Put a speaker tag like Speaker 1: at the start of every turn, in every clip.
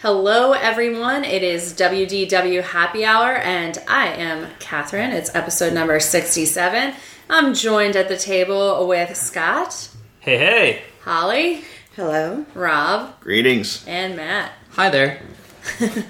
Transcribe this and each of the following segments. Speaker 1: Hello, everyone. It is WDW Happy Hour, and I am Catherine. It's episode number 67. I'm joined at the table with Scott,
Speaker 2: Hey, hey!
Speaker 1: Holly,
Speaker 3: Hello.
Speaker 1: Rob,
Speaker 4: Greetings.
Speaker 1: and Matt.
Speaker 2: Hi there.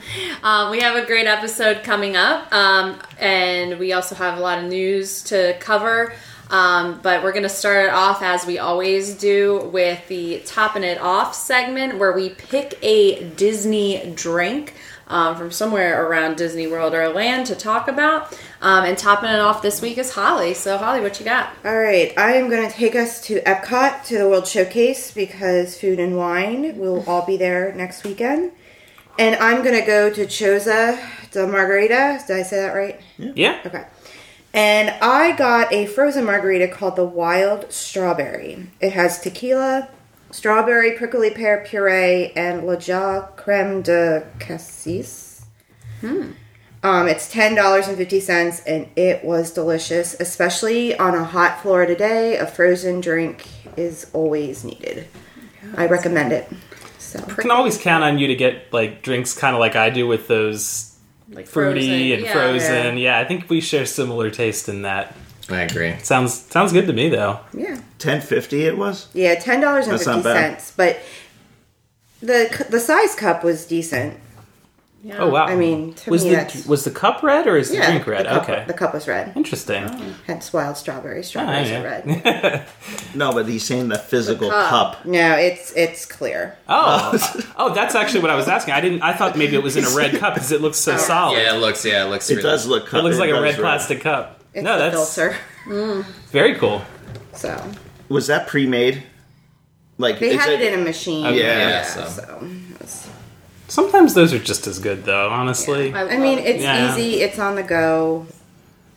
Speaker 1: Um, we have a great episode coming up, um, and we also have a lot of news to cover. Um, but we're going to start it off as we always do with the topping it off segment, where we pick a Disney drink um, from somewhere around Disney World or land to talk about. Um, and topping it off this week is Holly. So Holly, what you got?
Speaker 3: All right, I am going to take us to Epcot to the World Showcase because food and wine will all be there next weekend. And I'm going to go to Choza de Margarita. Did I say that right?
Speaker 2: Yeah?
Speaker 3: Okay. And I got a frozen margarita called the Wild Strawberry. It has tequila, strawberry prickly pear puree, and La Ja creme de cassis. Hmm. Um, it's ten dollars and fifty cents, and it was delicious, especially on a hot Florida day. A frozen drink is always needed. I recommend it. So
Speaker 2: Can always count on you to get like drinks kind of like I do with those
Speaker 1: Like
Speaker 2: fruity and
Speaker 1: Yeah.
Speaker 2: frozen. Yeah. I think we share similar taste in that.
Speaker 5: I agree.
Speaker 2: Sounds sounds good to me though.
Speaker 3: yeah.
Speaker 4: Ten fifty it was?
Speaker 3: Yeah, ten dollars and
Speaker 4: That's
Speaker 3: fifty
Speaker 4: not bad.
Speaker 3: cents. But the the size cup was decent.
Speaker 1: Yeah.
Speaker 2: Oh wow.
Speaker 3: I mean, to
Speaker 2: was
Speaker 3: me
Speaker 2: the
Speaker 3: that's-
Speaker 2: was the cup red or is the drink red?
Speaker 3: The cup,
Speaker 2: okay.
Speaker 3: The cup was red.
Speaker 2: Interesting.
Speaker 3: Hence wild strawberry.
Speaker 2: Ah,
Speaker 3: Strawberries
Speaker 2: yeah.
Speaker 3: are red.
Speaker 4: No, but he's saying the physical
Speaker 1: The cup.
Speaker 4: cup.
Speaker 3: No, it's it's clear.
Speaker 2: oh. oh, that's actually what I was asking. I didn't I thought maybe it was in a red cup because it looks so solid.
Speaker 5: Yeah, it looks. Yeah, it looks.
Speaker 4: Oh, It
Speaker 5: really,
Speaker 4: does look cup.
Speaker 2: It looks like a
Speaker 4: does
Speaker 2: red plastic cup.
Speaker 3: It's
Speaker 2: no,
Speaker 3: the
Speaker 2: that's
Speaker 3: filter.
Speaker 2: very cool.
Speaker 3: So
Speaker 4: Was that pre made? Like
Speaker 3: they
Speaker 4: is
Speaker 3: had it in a machine.
Speaker 2: Okay.
Speaker 4: Yeah,
Speaker 3: so.
Speaker 5: so.
Speaker 3: it was-
Speaker 2: Sometimes those are just as good though, honestly.
Speaker 1: I
Speaker 3: I mean,
Speaker 1: love-
Speaker 3: it's
Speaker 2: Oh, Yeah.
Speaker 3: easy. It's on the go.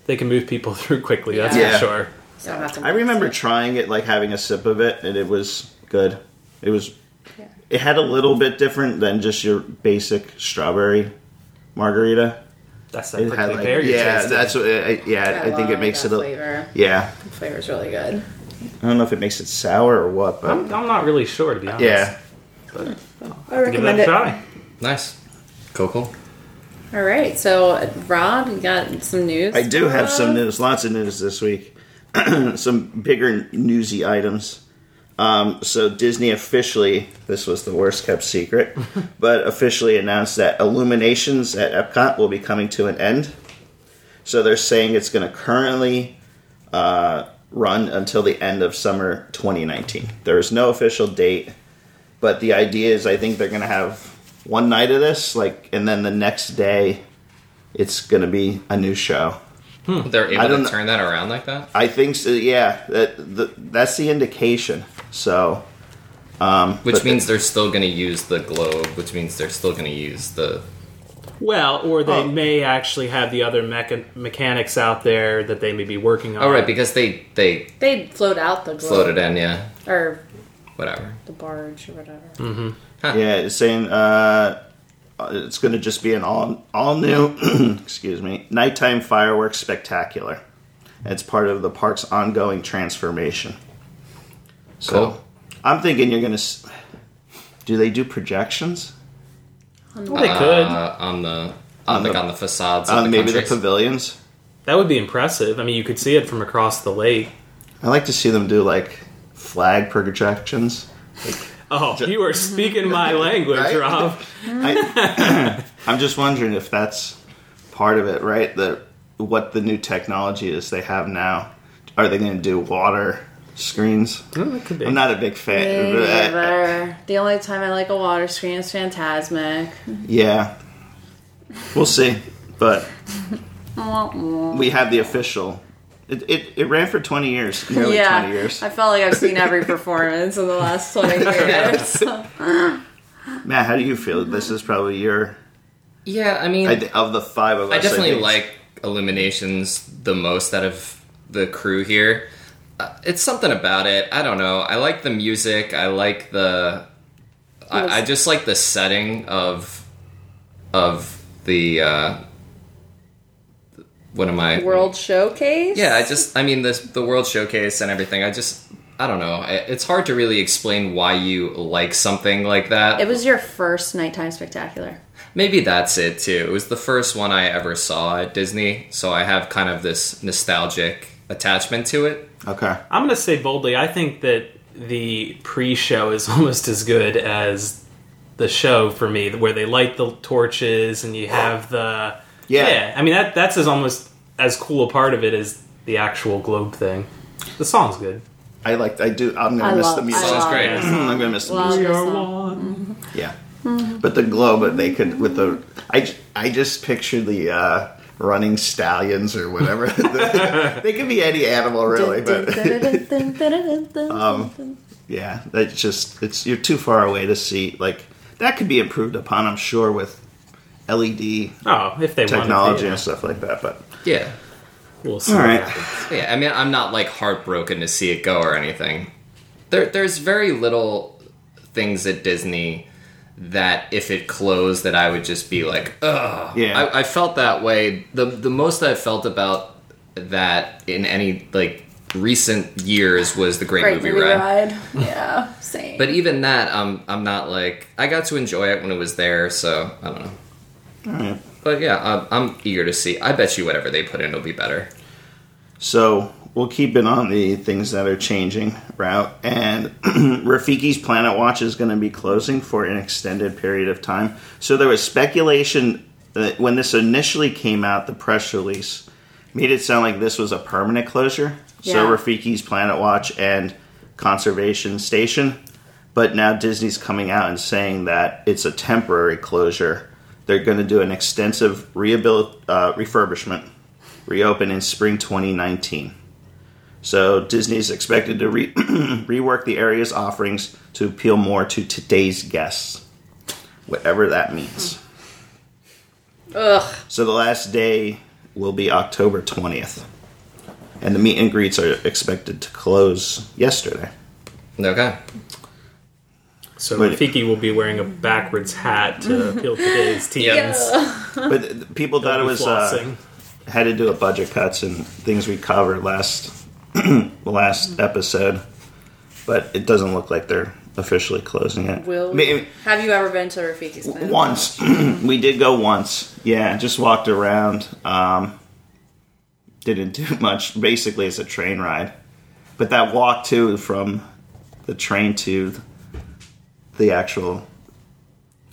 Speaker 2: They can move people through quickly, that's
Speaker 1: Yeah.
Speaker 2: for sure.
Speaker 1: so I'll have to-
Speaker 4: I remember trying it, like having a sip of it, and it was good. It was it had a little bit different than just your basic strawberry margarita.
Speaker 2: That's that
Speaker 4: It
Speaker 2: prickly
Speaker 4: had like
Speaker 2: pear you
Speaker 4: yeah,
Speaker 2: tasted.
Speaker 4: that's what I, yeah. I, think
Speaker 1: love
Speaker 4: it makes
Speaker 1: that
Speaker 4: it a
Speaker 1: flavor.
Speaker 4: yeah.
Speaker 1: The flavor's really good.
Speaker 4: I don't know if it makes it sour or what, but
Speaker 2: I'm, I'm not really sure to be honest.
Speaker 4: yeah.
Speaker 3: I
Speaker 2: Give that
Speaker 3: recommend
Speaker 2: a
Speaker 3: it.
Speaker 2: try.
Speaker 5: nice. Cool, cool.
Speaker 1: All right, so Rob, you got some news? Uh,
Speaker 4: I do have some news, lots of news this week. some bigger newsy items. Um, so Disney officially, this was the worst kept secret, but officially announced that Illuminations at Epcot will be coming to an end. So they're saying it's going to currently uh, run until the end of summer 2019. There is no official date, but the idea is I think they're going to have one night of this, like, and then the next day it's going to be a new show.
Speaker 5: They're
Speaker 4: Hmm. I
Speaker 5: able
Speaker 4: don't
Speaker 5: to turn that around like that.
Speaker 4: I think so. Yeah, that the, that's the indication. So um,
Speaker 5: Which
Speaker 4: But-
Speaker 5: means they're still going to use the globe. Which means they're still going to use the.
Speaker 2: Well, or they
Speaker 4: Oh.
Speaker 2: may actually have the other mecha- mechanics out there that they may be working on.
Speaker 5: Oh right, because they they
Speaker 1: They float out the globe.
Speaker 5: floated in. Yeah,
Speaker 1: Or
Speaker 5: whatever.
Speaker 1: the barge or whatever.
Speaker 4: yeah, it's saying uh, it's going to just be an all all new excuse me nighttime fireworks spectacular. It's part of the park's ongoing transformation. So
Speaker 5: Cool.
Speaker 4: I'm thinking you're going to. Do they do projections
Speaker 2: Well, they could.
Speaker 5: Uh, on the on,
Speaker 4: On
Speaker 5: like
Speaker 4: the-
Speaker 5: on the facades.
Speaker 4: on
Speaker 5: of the
Speaker 4: Uh, maybe the
Speaker 5: countries.
Speaker 4: pavilions?
Speaker 2: That would be impressive. I mean, you could see it from across the lake.
Speaker 4: I like to see them do like flag projections.
Speaker 2: Oh, you are speaking my language,
Speaker 4: Right?
Speaker 2: Rob.
Speaker 4: I, I'm just wondering if that's part of it, right? That what the new technology is they have now. Are they going to do water screens?
Speaker 2: Well, that could be.
Speaker 4: I'm not a big fan.
Speaker 1: The only time I like a water screen is Phantasmic.
Speaker 4: yeah, we'll see. But we have the official. It, it, it ran for 20 years, nearly 20 years.
Speaker 1: I felt like I've seen every performance in the last 20 years.
Speaker 4: Matt, how do you feel? This is probably your
Speaker 5: Yeah, I mean,
Speaker 4: I th- of the five of us.
Speaker 5: I definitely
Speaker 4: think-
Speaker 5: like Illuminations the most out of the crew here. Uh, it's something about it. I don't know. I like the music. I like the. I, I just like the setting of of the. Uh, what am I?
Speaker 1: World Showcase?
Speaker 5: Yeah, I just. I mean, this the world showcase and everything. I just. I don't know. I- It's hard to really explain why you like something like that.
Speaker 1: It was your first nighttime spectacular.
Speaker 5: Maybe that's it too. It was the first one I ever saw at Disney, so I have kind of this nostalgic attachment to it.
Speaker 4: Okay.
Speaker 2: I'm going to say boldly, I think that the pre-show is almost as good as the show for me, where they light the torches and you have the
Speaker 4: Yeah.
Speaker 2: I mean that that's as almost as cool a part of it as the actual globe thing. The song's good.
Speaker 4: I like. I do. I'm gonna
Speaker 1: I
Speaker 4: miss
Speaker 1: love-
Speaker 4: the music.
Speaker 1: I
Speaker 5: Sounds
Speaker 1: love
Speaker 5: great.
Speaker 1: this song.
Speaker 4: I'm gonna miss the
Speaker 1: Love
Speaker 4: music.
Speaker 1: this song.
Speaker 2: one.
Speaker 4: Yeah. But the globe they could with the. I j- I just picture the. uh Running stallions or whatever. they could be any animal, really. But Um, yeah, that's just it's you're too far away to see. Like that could be improved upon, I'm sure, with LED
Speaker 2: Oh, if they wanted
Speaker 4: technology
Speaker 2: to,
Speaker 4: and stuff like that. But
Speaker 5: Yeah.
Speaker 2: we'll see.
Speaker 4: all
Speaker 2: what
Speaker 4: right,
Speaker 2: happens.
Speaker 5: Yeah, I mean, I'm not like heartbroken to see it go or anything. There, there's very little things at Disney that if it closed, that I would just be like, ugh.
Speaker 4: Yeah.
Speaker 5: I, I felt that way. The the most I felt about that in any like recent years was the Great,
Speaker 1: Great
Speaker 5: Movie, Ride.
Speaker 1: Yeah, same.
Speaker 5: But even that, um, I'm not like I got to enjoy it when it was there, so I don't know. But yeah, I'm, I'm eager to see. I bet you whatever they put in will be better.
Speaker 4: so we'll keep it on the things that are changing route. And Rafiki's Planet Watch is going to be closing for an extended period of time. So there was speculation that when this initially came out, the press release made it sound like this was a permanent closure. So
Speaker 1: Yeah.
Speaker 4: Rafiki's Planet Watch and Conservation Station. But now Disney's coming out and saying that it's a temporary closure. They're going to do an extensive rehabil- uh, refurbishment, reopen in spring 2019. So Disney is expected to re- rework the area's offerings to appeal more to today's guests, whatever that means.
Speaker 1: Ugh.
Speaker 4: So the last day will be October 20th. And the meet and greets are expected to close yesterday.
Speaker 5: Okay.
Speaker 2: So
Speaker 4: Wait.
Speaker 2: Rafiki will be wearing a backwards hat to appeal to today's teens.
Speaker 4: But th- th- people thought it was uh,
Speaker 2: Flossing.
Speaker 4: had to do with budget cuts and things we covered last the last episode. But it doesn't look like they're officially closing it.
Speaker 1: Will
Speaker 4: Maybe-
Speaker 1: have you ever been to Rafiki's planet?
Speaker 4: once we did go once yeah just walked around um didn't do much basically it's a train ride but that walk to from the train to the actual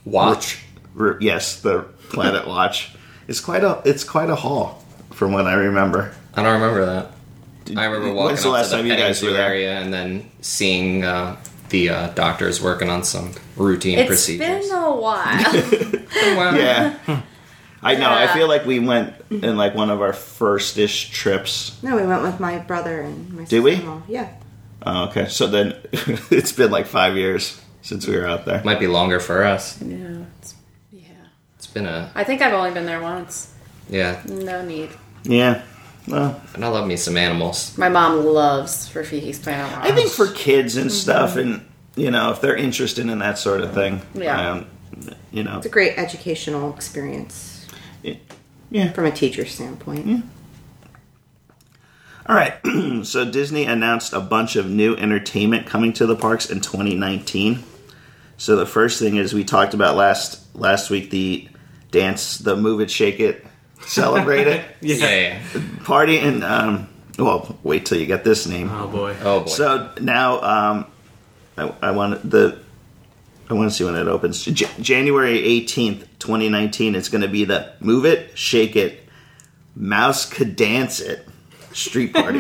Speaker 5: Watch.
Speaker 4: r- yes the planet watch is quite a it's quite a haul from what i remember
Speaker 5: I don't remember that. I remember walking
Speaker 4: when's the
Speaker 5: up
Speaker 4: last
Speaker 5: to the
Speaker 4: time you guys
Speaker 5: petting zoo
Speaker 4: were there?
Speaker 5: area and then seeing uh, the uh, doctors working on some routine
Speaker 1: It's
Speaker 5: procedures.
Speaker 1: been a while.
Speaker 5: Wow.
Speaker 4: yeah i know i
Speaker 1: Yeah.
Speaker 4: feel like we went in like one of our first-ish trips
Speaker 3: No, we went with my brother and my
Speaker 4: Did we?
Speaker 3: sister-in-law. Yeah.
Speaker 4: oh, okay so then it's been like five years since we were out there
Speaker 5: Might be longer for us.
Speaker 1: yeah, it's- yeah.
Speaker 5: It's been a
Speaker 1: I think I've only been there once.
Speaker 5: yeah.
Speaker 1: No need.
Speaker 4: yeah well
Speaker 5: And I love me some animals.
Speaker 1: My mom loves Rafiki's planet. Watch.
Speaker 4: I think for kids and
Speaker 1: Mm-hmm.
Speaker 4: stuff, and you know, if they're interested in that sort of thing,
Speaker 1: Yeah.
Speaker 4: um, you know,
Speaker 3: It's a great educational experience
Speaker 4: yeah.
Speaker 3: from a teacher's standpoint.
Speaker 4: All right. so Disney announced a bunch of new entertainment coming to the parks in 2019. So the first thing is we talked about last last week the dance, the move it, shake it, celebrate it,
Speaker 2: Yeah.
Speaker 5: Yeah. yeah.
Speaker 4: party, and um, well, wait till you get this name.
Speaker 2: Oh boy.
Speaker 5: Oh boy.
Speaker 4: So now, um, I, I want the. I want to see when it opens. J- January 18th, 2019. It's going to be the Move It, Shake It, Mouse Could Dance It street party.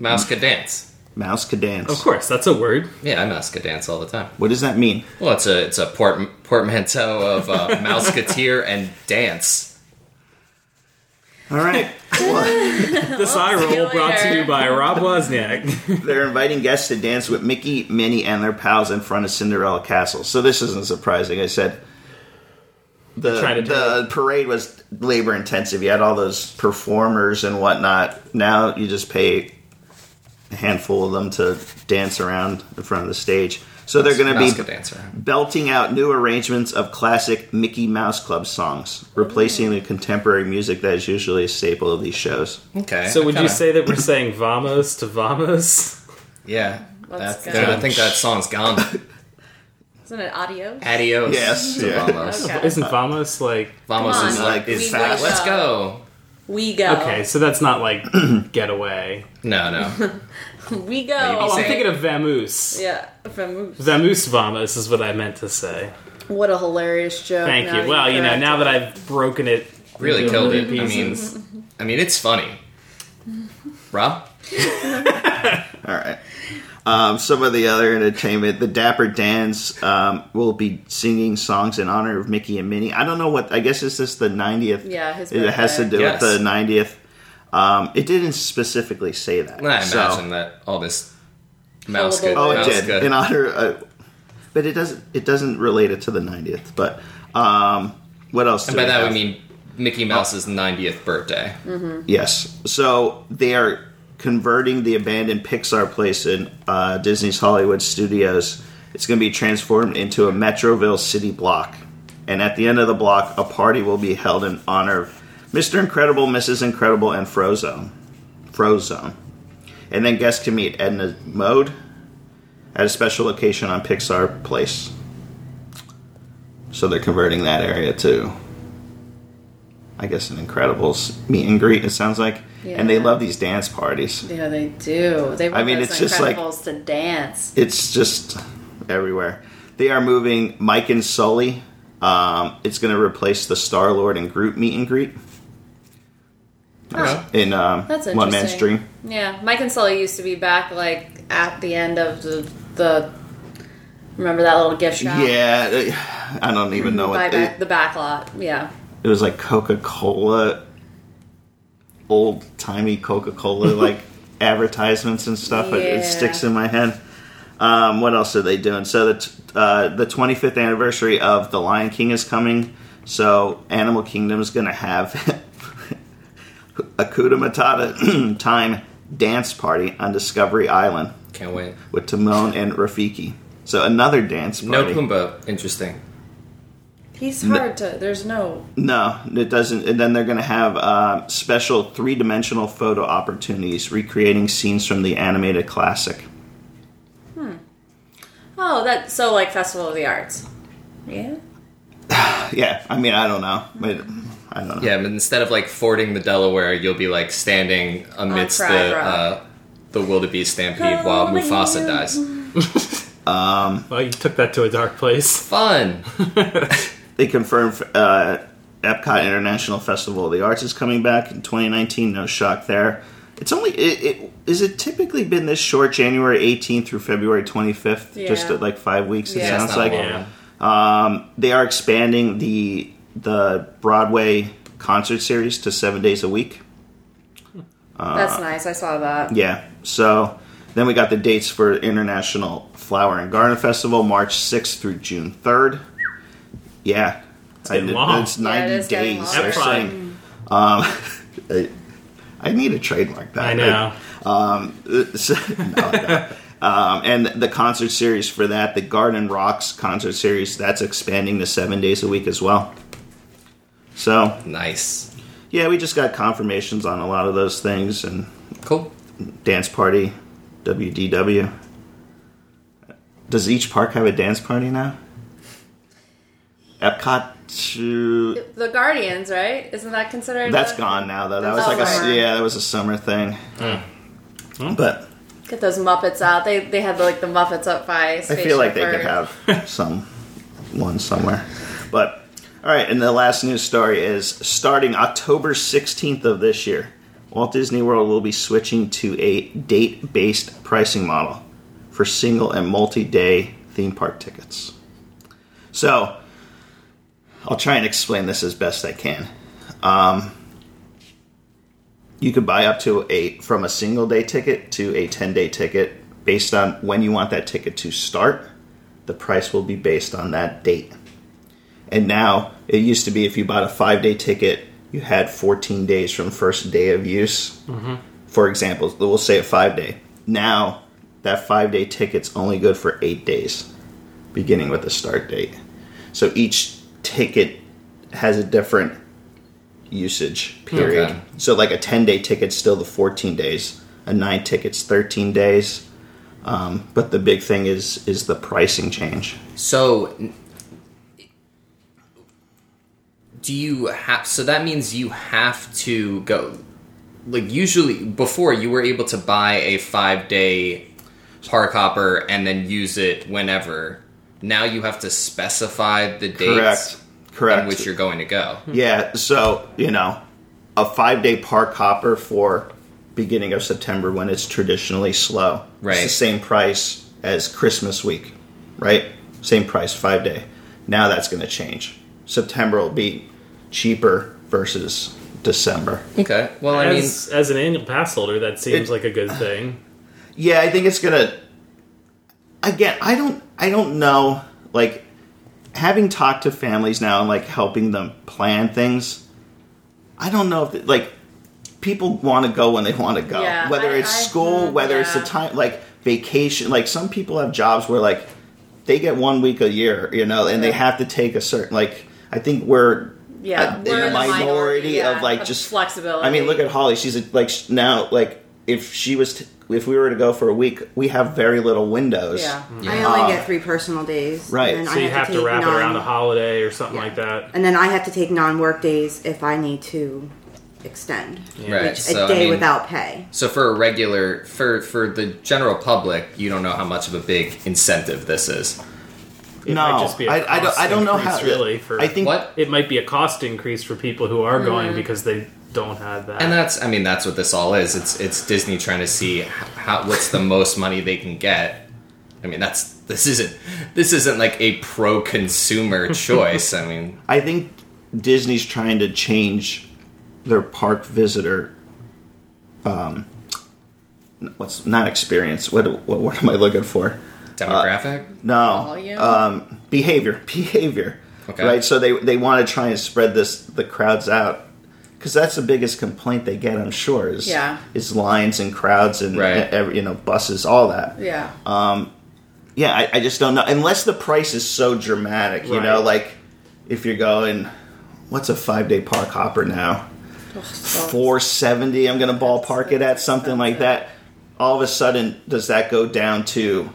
Speaker 5: mouse could dance.
Speaker 4: mouse could dance.
Speaker 2: Of course, that's a word.
Speaker 5: Yeah, I mouse could dance all the time.
Speaker 4: What does that mean?
Speaker 5: Well, it's a it's a port- portmanteau of uh, mouseketeer and dance.
Speaker 4: All right. Well,
Speaker 2: This eye
Speaker 1: see you
Speaker 2: roll brought to
Speaker 1: later.
Speaker 2: you by Rob Wozniak.
Speaker 4: they're inviting guests to dance with Mickey, Minnie, and their pals in front of Cinderella Castle. So this isn't surprising. I said the
Speaker 2: Trying to do
Speaker 4: the parade was labor intensive. You had all those performers and whatnot. Now you just pay a handful of them to dance around in front of the stage. So they're going to
Speaker 5: Mouse
Speaker 4: be
Speaker 5: could dance around.
Speaker 4: belting out new arrangements of classic Mickey Mouse Club songs, replacing the contemporary music that is usually a staple of these shows.
Speaker 5: Okay.
Speaker 2: So would you
Speaker 5: kinda-
Speaker 2: say that we're saying vamos to vamos?
Speaker 5: Yeah.
Speaker 1: Let's
Speaker 5: That's,
Speaker 1: go.
Speaker 5: I think that song's gone.
Speaker 1: Isn't it audio?
Speaker 5: Adios.
Speaker 4: Yes,
Speaker 5: to
Speaker 4: yeah.
Speaker 5: Vamos.
Speaker 1: Okay.
Speaker 2: Isn't Vamos like
Speaker 5: Vamos
Speaker 1: Come
Speaker 5: is
Speaker 1: on,
Speaker 5: like,
Speaker 4: we
Speaker 5: is
Speaker 4: will
Speaker 5: fat. Let's
Speaker 1: go.
Speaker 5: go.
Speaker 1: We go.
Speaker 2: Okay, so that's not like getaway.
Speaker 5: No, no.
Speaker 1: We
Speaker 5: Maybe
Speaker 2: Oh,
Speaker 1: go.
Speaker 2: I'm
Speaker 5: Say-
Speaker 2: thinking of Vamoose.
Speaker 1: Yeah. From
Speaker 2: Vamoose Vamos is what I meant to say.
Speaker 1: what a hilarious joke.
Speaker 2: Thank
Speaker 1: No,
Speaker 2: you. Well,
Speaker 1: you're
Speaker 2: you know,
Speaker 1: correct.
Speaker 2: now that I've broken it,
Speaker 5: Really
Speaker 2: into a
Speaker 5: killed it.
Speaker 2: million
Speaker 5: I mean,
Speaker 2: pieces.
Speaker 5: I mean, it's funny. Rob?
Speaker 4: All right. Um, some of the other entertainment, the Dapper Dans um, will be singing songs in honor of Mickey and Minnie. I don't know what. I guess it's just the 90th.
Speaker 1: Yeah, his
Speaker 4: it has to
Speaker 1: birthday.
Speaker 4: do
Speaker 5: Yes.
Speaker 4: with the 90th. Um, it didn't specifically say that.
Speaker 5: I imagine
Speaker 4: so-
Speaker 5: that all this mouse
Speaker 1: Probably.
Speaker 5: could.
Speaker 4: Oh, it
Speaker 5: mouse
Speaker 4: did
Speaker 5: could-
Speaker 4: in honor. Uh, but it doesn't. It doesn't relate it to the 90th. But um, what else?
Speaker 5: and
Speaker 4: do
Speaker 5: by that
Speaker 4: have?
Speaker 5: we mean Mickey Mouse's 90th birthday.
Speaker 4: Yes. So they are converting the abandoned Pixar place in uh, Disney's Hollywood Studios. It's going to be transformed into a Metroville city block. And at the end of the block, a party will be held in honor of Mr. Incredible, Mrs. Incredible, and Frozone. Frozone. And then guests can meet Edna Mode at a special location on Pixar Place. So they're converting that area too. I guess an Incredibles meet and greet. It sounds like, and they
Speaker 1: Yeah.
Speaker 4: love these dance parties.
Speaker 1: Yeah, they do. They want
Speaker 4: I mean,
Speaker 1: those
Speaker 4: it's just like-
Speaker 1: Incredibles to dance.
Speaker 4: It's just everywhere. They are moving Mike and Sully. Um, it's going to replace the Star Lord and Groot meet and greet
Speaker 5: Oh.
Speaker 4: in um,
Speaker 1: That's interesting.
Speaker 4: One Man's Dream.
Speaker 1: Yeah, Mike and Sully used to be back like at the end of the the. Remember that little gift shop?
Speaker 4: Yeah, it- I don't even know
Speaker 1: By
Speaker 4: what
Speaker 1: back,
Speaker 4: it,
Speaker 1: the back lot. Yeah.
Speaker 4: it was like Coca Cola, old timey Coca Cola like advertisements and stuff. It, it
Speaker 1: Yeah.
Speaker 4: sticks in my head. Um, what else are they doing? So the t- uh, the 25th anniversary of The Lion King is coming. So Animal Kingdom is going to have a Kuta Matata time dance party on Discovery Island
Speaker 5: Can't wait.
Speaker 4: with Timon and Rafiki. So another dance
Speaker 5: No
Speaker 4: party.
Speaker 5: Pumbaa. Interesting.
Speaker 1: He's hard to. There's no.
Speaker 4: No, it doesn't. And then they're going to have uh, special three dimensional photo opportunities recreating scenes from the animated classic.
Speaker 1: Oh, that so like Festival of the Arts. Yeah.
Speaker 4: Yeah, I mean, I don't know. Wait, I don't know.
Speaker 5: Yeah, but instead of like fording the Delaware, you'll be like standing amidst
Speaker 1: Fried
Speaker 5: the
Speaker 1: Rock.
Speaker 5: uh, the wildebeest stampede while
Speaker 1: Oh, my
Speaker 5: Mufasa
Speaker 1: God.
Speaker 5: dies.
Speaker 2: Well, you took that to a dark place.
Speaker 5: Fun.
Speaker 4: They confirmed uh, Epcot International Festival of the Arts is coming back in 2019. No shock there. It's only it, it is it typically been this short, January 18th through February 25th, just
Speaker 1: Yeah.
Speaker 4: at like five weeks. It
Speaker 1: Yeah.
Speaker 5: That's
Speaker 4: sounds
Speaker 5: not
Speaker 4: like
Speaker 5: long.
Speaker 2: Yeah.
Speaker 4: they are expanding the the Broadway concert series to seven days a week.
Speaker 1: That's nice. I saw that.
Speaker 4: Uh, Yeah. So then we got the dates for International Flower and Garden Festival, March 6th through June 3rd. Yeah. I-
Speaker 2: getting long.
Speaker 4: It's
Speaker 1: it
Speaker 4: 90
Speaker 1: is getting
Speaker 4: days.
Speaker 1: long.
Speaker 4: They're
Speaker 2: That's fine.
Speaker 4: saying, um, I, I need a trademark that.
Speaker 2: I know.
Speaker 4: So- no, I don't. Um, and the concert series for that, the Garden Rocks concert series, that's expanding to seven days a week as well. So,
Speaker 5: Nice.
Speaker 4: yeah, we just got confirmations on a lot of those things and
Speaker 5: Cool.
Speaker 4: dance party, WDW. Does each park have a dance party now? Epcot, to,
Speaker 1: The Guardians, right? Isn't that considered?
Speaker 4: that's
Speaker 1: a-
Speaker 4: gone now though. That was like
Speaker 1: summer.
Speaker 4: a yeah, that was a summer thing. But
Speaker 1: Get those Muppets out. They they had like the Muppets up by.
Speaker 4: I feel like they could have some one somewhere. But all right, and the last news story is starting October 16th of this year, Walt Disney World will be switching to a date-based pricing model for single and multi-day theme park tickets. So, I'll try and explain this as best I can. Um, you could buy up to a from a single day ticket to a 10 day ticket based on when you want that ticket to start. The price will be based on that date. And now it used to be if you bought a five day ticket, you had 14 days from first day of use.
Speaker 5: Mm-hmm.
Speaker 4: For example, we'll say a five day. Now that five day ticket's only good for eight days, beginning with the start date. So each ticket has a different usage period.
Speaker 5: Okay.
Speaker 4: So like a 10 day ticket's still the 14 days, a 9 ticket's 13 days, Um, but the big thing is is the pricing change.
Speaker 5: So, n- do you have? So that means you have to go. Like usually, before you were able to buy a five day park hopper and then use it whenever. Now you have to specify the dates
Speaker 4: Correct. Correct.
Speaker 5: on which you're going to go.
Speaker 4: Yeah, so, you know, a five day park hopper for beginning of September when it's traditionally slow. It's
Speaker 5: Right.
Speaker 4: the same price as Christmas week, right? Same price, five day. Now that's going to change. September will be cheaper versus December.
Speaker 5: Okay. Well, I mean,
Speaker 2: As, as an annual pass holder, that seems
Speaker 4: It-
Speaker 2: like a good thing.
Speaker 4: Yeah, I think it's gonna. Again, I don't. I don't know. Like having talked to families now and like helping them plan things. I don't know if like people want to go when they want to go.
Speaker 1: Yeah,
Speaker 4: whether
Speaker 1: I-
Speaker 4: it's
Speaker 1: I-
Speaker 4: school,
Speaker 1: mm,
Speaker 4: whether it's the
Speaker 1: yeah.
Speaker 4: time, like vacation. Like some people have jobs where like they get one week a year, you know, and they
Speaker 1: Yeah.
Speaker 4: have to take a certain. Like I think we're
Speaker 1: Yeah,
Speaker 4: a- in
Speaker 1: we're
Speaker 4: a
Speaker 1: the
Speaker 4: minority,
Speaker 1: yeah,
Speaker 4: of like just
Speaker 1: flexibility.
Speaker 4: I mean, look at Holly. She's a, like sh- now, like if she was, t- if we were to go for a week, we have very little windows.
Speaker 1: yeah.
Speaker 3: I
Speaker 4: Ah.
Speaker 3: only get three personal days.
Speaker 4: Right,
Speaker 3: and then
Speaker 4: so
Speaker 2: So you have to
Speaker 3: take
Speaker 2: wrap it around
Speaker 3: non-
Speaker 2: a holiday or something
Speaker 3: Yeah.
Speaker 2: like that.
Speaker 3: And then I have to take non-work days if I need to extend
Speaker 5: right.
Speaker 3: a
Speaker 5: so, I
Speaker 3: day
Speaker 5: mean,
Speaker 3: without pay.
Speaker 5: So for a regular, for for the general public, you don't know how much of a big incentive this is.
Speaker 2: It
Speaker 4: no,
Speaker 2: might just be a
Speaker 4: I, I don't.
Speaker 2: cost
Speaker 4: I don't know
Speaker 2: increase,
Speaker 4: how.
Speaker 2: really for
Speaker 4: I think
Speaker 5: What?
Speaker 2: it might be a cost increase for people who are going because they don't have that.
Speaker 5: And that's, I mean, that's what this all is. It's it's Disney trying to see h- how what's the most money they can get. I mean, that's this isn't this isn't like a pro consumer choice. I mean,
Speaker 4: I think Disney's trying to change their park visitor. Um, what's not experience? What what, what am I looking for?
Speaker 5: demographic.
Speaker 4: No.
Speaker 1: Volume?
Speaker 4: Um, behavior. Behavior.
Speaker 5: Okay.
Speaker 4: Right. So they they want to try and spread this the crowds out because that's the biggest complaint they get. I'm sure is
Speaker 1: Yeah.
Speaker 4: is lines and crowds and
Speaker 5: Right.
Speaker 4: e- every- you know buses all that.
Speaker 1: yeah.
Speaker 4: uh, Yeah. I, I just don't know unless the price is so dramatic. You know,
Speaker 2: Right.
Speaker 4: like if you're going, what's a five day park hopper now? Four seventy. I'm going to ballpark it at something like that. All of a sudden, does that go down to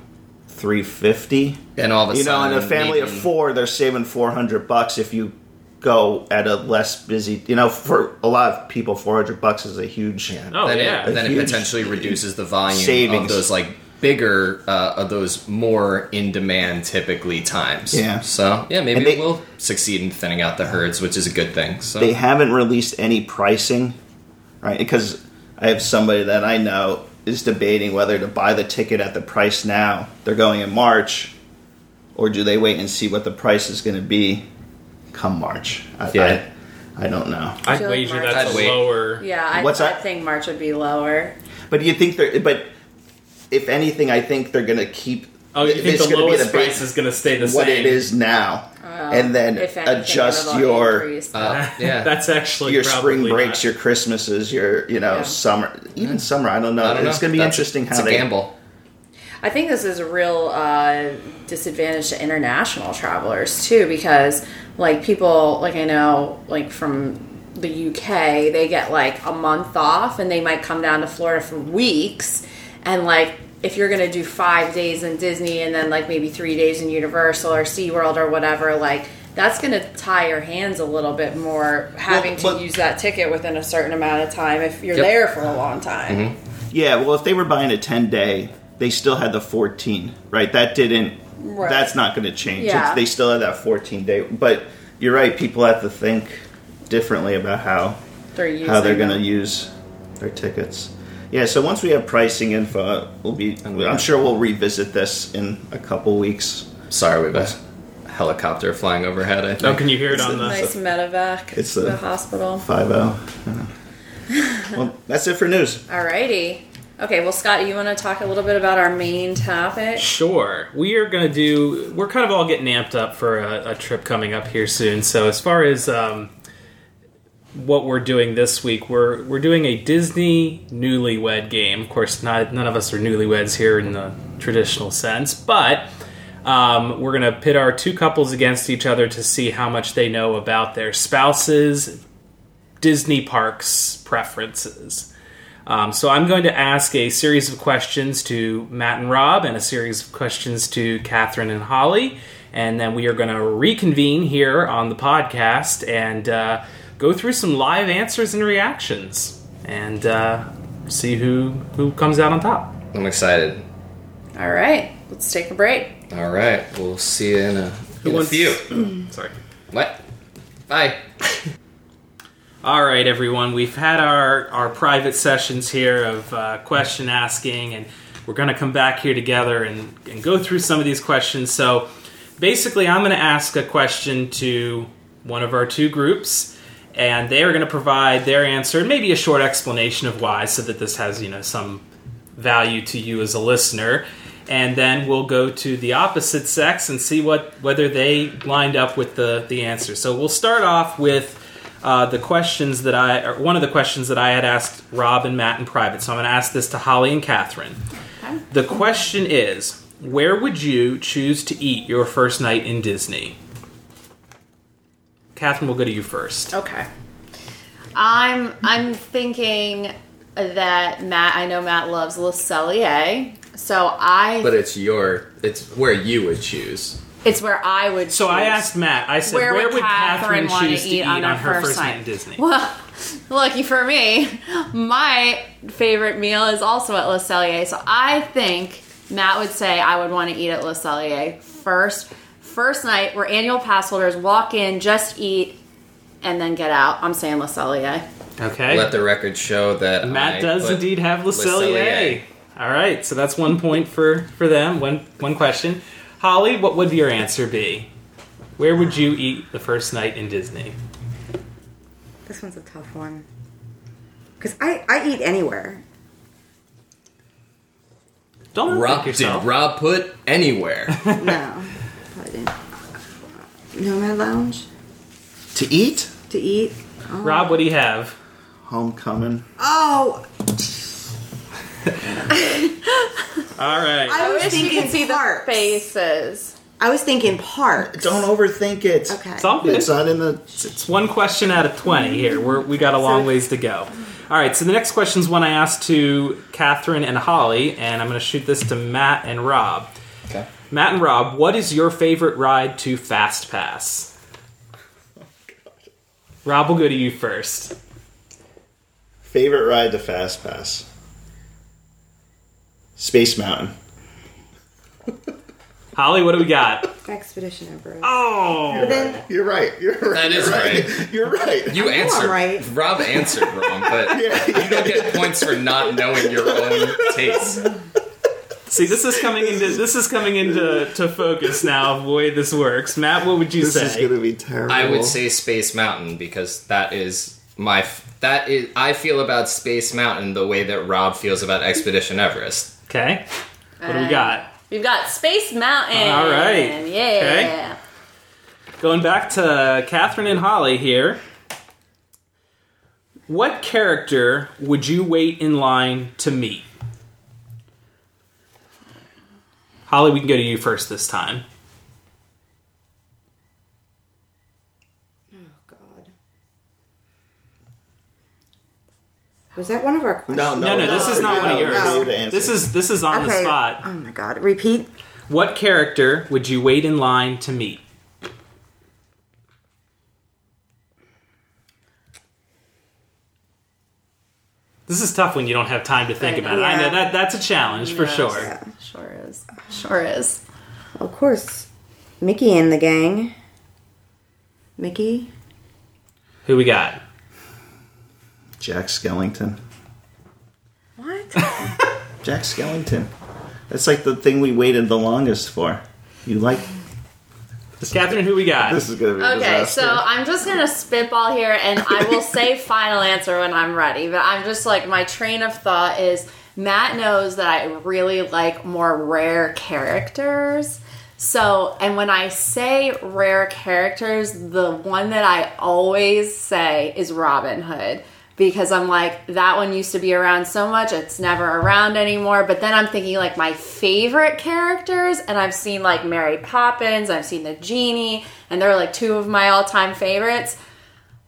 Speaker 4: three fifty?
Speaker 5: and all of a
Speaker 4: you know, in
Speaker 5: sudden,
Speaker 4: a family of
Speaker 5: needing-
Speaker 4: four, they're saving four hundred bucks if you go at a less busy. You know, for a lot of people, four hundred bucks is a huge.
Speaker 2: Oh,
Speaker 5: then
Speaker 2: yeah.
Speaker 5: it, then
Speaker 4: A
Speaker 5: it
Speaker 4: huge
Speaker 5: potentially reduces the volume of
Speaker 4: savings.
Speaker 5: those like bigger uh, of those more in demand typically times.
Speaker 4: Yeah.
Speaker 5: So yeah, maybe
Speaker 4: And they-
Speaker 5: it will succeed in thinning out the herds, which is a good thing. So
Speaker 4: They haven't released any pricing, right? Because I have somebody that I know is debating whether to buy the ticket at the price now. They're going in March, or do they wait and see what the price is going to be come March? I,
Speaker 5: Yeah.
Speaker 4: I, I don't know.
Speaker 2: I'd
Speaker 1: Joe
Speaker 2: wager
Speaker 1: Martin.
Speaker 2: that's
Speaker 5: I'd
Speaker 2: a
Speaker 5: wait.
Speaker 2: lower.
Speaker 1: yeah, I,
Speaker 4: What's
Speaker 1: I
Speaker 4: that?
Speaker 1: think March would be lower.
Speaker 4: But you think they're but. If anything, I think they're going to keep.
Speaker 2: Oh, you think
Speaker 4: it's
Speaker 2: the
Speaker 4: gonna be
Speaker 2: lowest
Speaker 4: big-
Speaker 2: price is going to stay the same?
Speaker 4: what it is now, and then
Speaker 1: If anything,
Speaker 4: adjust
Speaker 1: it'll
Speaker 4: your
Speaker 1: increase.
Speaker 5: uh, yeah,
Speaker 2: That's actually
Speaker 4: your
Speaker 2: probably
Speaker 4: spring breaks,
Speaker 2: not.
Speaker 4: your Christmases, your you know
Speaker 1: Yeah.
Speaker 4: summer, even summer. I don't know.
Speaker 5: I don't know.
Speaker 4: it's going to be
Speaker 5: That's-
Speaker 4: interesting how
Speaker 5: it's
Speaker 4: they
Speaker 5: a gamble.
Speaker 1: I think this is a real uh, disadvantage to international travelers too, because like people, like I know, like from the UK, they get like a month off, and they might come down to Florida for weeks, and like if you're gonna do five days in Disney and then like maybe three days in Universal or SeaWorld or whatever, like. That's going to tie your hands a little bit more having
Speaker 4: Well, but-
Speaker 1: to use that ticket within a certain amount of time if you're
Speaker 5: Yep.
Speaker 1: there for a long time.
Speaker 4: Mm-hmm. Yeah, well, if they were buying a ten day, they still had the fourteen, right? That didn't.
Speaker 1: Right.
Speaker 4: That's not going to change.
Speaker 1: Yeah.
Speaker 4: It's- They still had that fourteen day. But you're right. People have to think differently about how
Speaker 1: They're using
Speaker 4: how they're going to use their tickets. Yeah, so once we have pricing info, we'll be. I'm sure we'll revisit this in a couple weeks.
Speaker 5: Sorry, we have a helicopter flying overhead. I
Speaker 2: Oh,
Speaker 5: think.
Speaker 2: can you hear it on the?
Speaker 1: Nice medevac.
Speaker 4: It's
Speaker 1: It's
Speaker 4: the-
Speaker 1: the, hospital.
Speaker 4: Five zero. Well, that's it for news.
Speaker 1: Alrighty. Okay, well, Scott, you want to talk a little bit about our main topic?
Speaker 2: Sure. We are going to do. We're kind of all getting amped up for a, a trip coming up here soon. So as far as um, what we're doing this week, we're we're doing a Disney newlywed game. Of course, not none of us are newlyweds here in the traditional sense, but. Um, we're going to pit our two couples against each other to see how much they know about their spouses' Disney parks preferences. Um, so I'm going to ask a series of questions to Matt and Rob, and a series of questions to Catherine and Holly, and then we are going to reconvene here on the podcast and uh, go through some live answers and reactions, and uh, see who who comes out on top.
Speaker 5: I'm excited.
Speaker 1: All right, let's take a break.
Speaker 5: All right, we'll see you in a, in a
Speaker 2: wants-
Speaker 5: few.
Speaker 2: Sorry.
Speaker 5: What? Bye.
Speaker 2: All right, everyone. We've had our, our private sessions here of uh, question asking, and we're going to come back here together and, and go through some of these questions. So, basically, I'm going to ask a question to one of our two groups, and they are going to provide their answer and maybe a short explanation of why, so that this has you know some value to you as a listener. And then we'll go to the opposite sex and see what whether they lined up with the the answer. So we'll start off with uh, the questions that I, or one of the questions that I had asked Rob and Matt in private. So I'm going to ask this to Holly and Catherine. The question is, where would you choose to eat your first night in Disney? Catherine, we'll go to you first.
Speaker 1: Okay. I'm I'm thinking that Matt. I know Matt loves Le Cellier, so I.
Speaker 5: But it's your, it's where you would choose.
Speaker 1: it's where I would.
Speaker 2: So I
Speaker 1: choose.
Speaker 2: asked Matt. I said,
Speaker 1: Where
Speaker 2: "Where,
Speaker 1: would
Speaker 2: would
Speaker 1: Catherine
Speaker 2: Catherine,
Speaker 1: wanna
Speaker 2: choose to
Speaker 1: eat
Speaker 2: eat on, her first night in Disney?"
Speaker 1: Well, lucky for me, my favorite meal is also at Le Cellier. So I think Matt would say I would want to eat at Le Cellier first. First night, we're annual pass holders. Walk in, just eat, and then get out. I'm saying Le Cellier.
Speaker 2: Okay.
Speaker 5: Let the record show that
Speaker 2: Matt
Speaker 5: I
Speaker 2: does
Speaker 5: put-
Speaker 2: indeed have Le
Speaker 5: Le
Speaker 2: Cellier.
Speaker 5: Cellier.
Speaker 2: All right, so that's one point for for them. One one question. Holly, what would your answer be? Where would you eat the first night in Disney?
Speaker 3: This one's a tough one. Because I, I eat anywhere.
Speaker 2: Don't overthink
Speaker 5: Rob did
Speaker 2: yourself.
Speaker 5: Rob put anywhere?
Speaker 3: No. Probably didn't. Nomad Lounge?
Speaker 4: To eat?
Speaker 3: To eat?
Speaker 2: Rob, what do you have?
Speaker 4: Homecoming.
Speaker 3: Oh,
Speaker 2: All right.
Speaker 3: I was thinking parks.
Speaker 1: faces.
Speaker 3: I was thinking parks.
Speaker 4: Don't overthink it.
Speaker 3: Okay.
Speaker 2: It's all good.
Speaker 4: It's not in the.
Speaker 2: It's one question out of 20 here. We're, we got a long ways to go. All right, so the next question is one I asked to Catherine and Holly, and I'm going to shoot this to Matt and Rob.
Speaker 5: okay.
Speaker 2: Matt and Rob, what is your favorite ride to Fast Pass? Rob, we'll go to you first.
Speaker 4: Favorite ride to Fast Pass? Space Mountain.
Speaker 2: Holly, what do we got?
Speaker 3: Expedition Everest.
Speaker 2: Oh,
Speaker 3: Then
Speaker 4: You're right. You're right.
Speaker 5: That is
Speaker 4: You're
Speaker 5: right.
Speaker 4: You're right.
Speaker 5: You answered
Speaker 3: right.
Speaker 5: Rob answered wrong, but you don't get points for not knowing your own taste.
Speaker 2: see, this is coming into this is coming into to focus now. Of the way this works, Matt, what would you
Speaker 4: this
Speaker 2: say?
Speaker 4: is going to be terrible.
Speaker 5: I would say Space Mountain because that is my f- that is I feel about Space Mountain the way that Rob feels about Expedition Everest.
Speaker 2: okay, what do we
Speaker 1: Uh,
Speaker 2: got?
Speaker 1: We've got Space Mountain.
Speaker 2: All right.
Speaker 1: Yeah.
Speaker 2: Going back to Catherine and Holly here. What character would you wait in line to meet? Holly, we can go to you first this time.
Speaker 3: Oh God. Was that one of our questions?
Speaker 4: No, no,
Speaker 2: No, no, this is not one of
Speaker 4: no,
Speaker 2: yours.
Speaker 4: no, to answer.
Speaker 2: This is this is on the
Speaker 3: Okay.
Speaker 2: spot.
Speaker 3: Oh my God. Repeat.
Speaker 2: What character would you wait in line to meet? This is tough when you don't have time to think
Speaker 1: I
Speaker 2: about it.
Speaker 1: know.
Speaker 2: I know
Speaker 3: Yeah.
Speaker 2: that that's a challenge for
Speaker 1: Yes.
Speaker 2: sure.
Speaker 1: Sure is. Sure is.
Speaker 3: Of course, Mickey and the gang. Mickey.
Speaker 2: Who we got?
Speaker 4: Jack Skellington.
Speaker 3: What?
Speaker 4: Jack Skellington. That's like the thing we waited the longest for. You like.
Speaker 2: Catherine, who we got?
Speaker 4: This is going to be a
Speaker 1: Okay,
Speaker 4: disaster.
Speaker 1: so I'm just gonna spitball here, and I will say final answer when I'm ready. But I'm just like my train of thought is Matt knows that I really like more rare characters. So, and when I say rare characters, the one that I always say is Robin Hood because I'm like that one used to be around so much, it's never around anymore. But then I'm thinking like my favorite characters, and I've seen like Mary Poppins, I've seen the genie, and they're like two of my all-time favorites.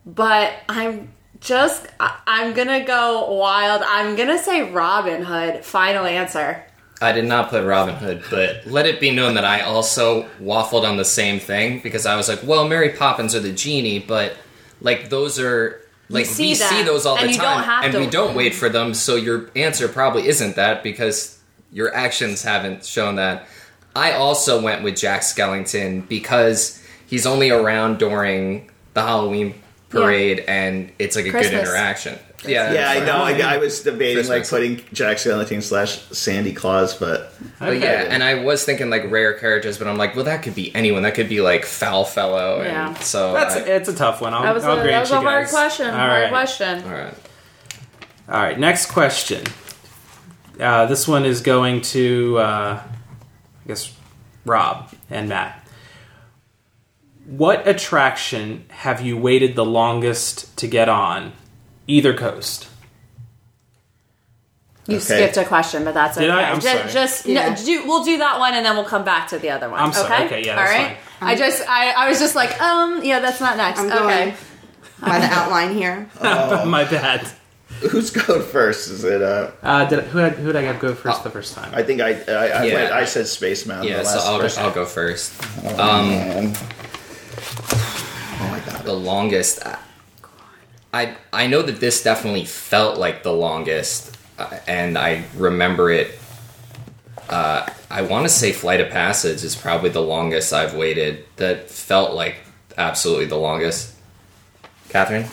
Speaker 1: But I'm Just, I, I'm gonna go wild. I'm gonna say Robin Hood. Final answer.
Speaker 5: I did not put Robin Hood, but let it be known that I also waffled on the same thing because I was like, well, Mary Poppins are the genie, but like those are like
Speaker 1: see
Speaker 5: we
Speaker 1: them,
Speaker 5: see those all
Speaker 1: and
Speaker 5: the
Speaker 1: you don't
Speaker 5: time,
Speaker 1: have
Speaker 5: and
Speaker 1: to-
Speaker 5: we don't wait for them. So your answer probably isn't that because your actions haven't shown that. I also went with Jack Skellington because he's only around during the Halloween parade, and it's like a good
Speaker 1: Christmas.
Speaker 5: interaction. Yeah,
Speaker 4: Yeah, I know. I, I was debating like
Speaker 5: Christmas.
Speaker 4: putting Jack Skellington slash Sandy Claus, but
Speaker 5: But yeah, and I was thinking like rare characters, but I'm like, well, that could be anyone. That could be like Foul Fellow, and
Speaker 1: Yeah.
Speaker 5: so
Speaker 2: That's
Speaker 5: I,
Speaker 2: it's a tough one. I'll,
Speaker 1: That was
Speaker 2: I'll
Speaker 1: a,
Speaker 2: grant
Speaker 1: that was
Speaker 2: you
Speaker 1: a hard
Speaker 2: guys.
Speaker 1: question.
Speaker 2: All
Speaker 1: hard
Speaker 2: right.
Speaker 1: question.
Speaker 5: all right.
Speaker 2: All right, next question. Uh, this one is going to, uh, I guess, Rob and Matt. What attraction have you waited the longest to get on? Either coast.
Speaker 1: You
Speaker 4: Okay.
Speaker 1: skipped a question, but that's okay.
Speaker 2: Did I? I'm
Speaker 1: Ju-
Speaker 2: sorry.
Speaker 1: just,
Speaker 3: Yeah.
Speaker 1: no, do, we'll do that one, and then we'll come back to the other one.
Speaker 2: I'm
Speaker 1: okay?
Speaker 2: sorry. Okay, yeah, that's
Speaker 1: All right. I just, I, I was just like, um, yeah, that's not next.
Speaker 3: I'm
Speaker 1: okay.
Speaker 3: going by the outline here.
Speaker 2: My bad.
Speaker 4: who's going first? Is it? Uh,
Speaker 2: Uh, did, who, did, who did I have go first the first time?
Speaker 4: I think I I, I,
Speaker 5: Yeah.
Speaker 4: went- I said Space Mountain.
Speaker 5: Yeah,
Speaker 4: the
Speaker 5: so
Speaker 4: last
Speaker 5: I'll,
Speaker 4: person.
Speaker 5: I'll go first.
Speaker 4: Man.
Speaker 5: The longest. I- I I know that this definitely felt like the longest, uh, and I remember it. Uh, I want to say Flight of Passage is probably the longest I've waited. That felt like absolutely the longest. Catherine.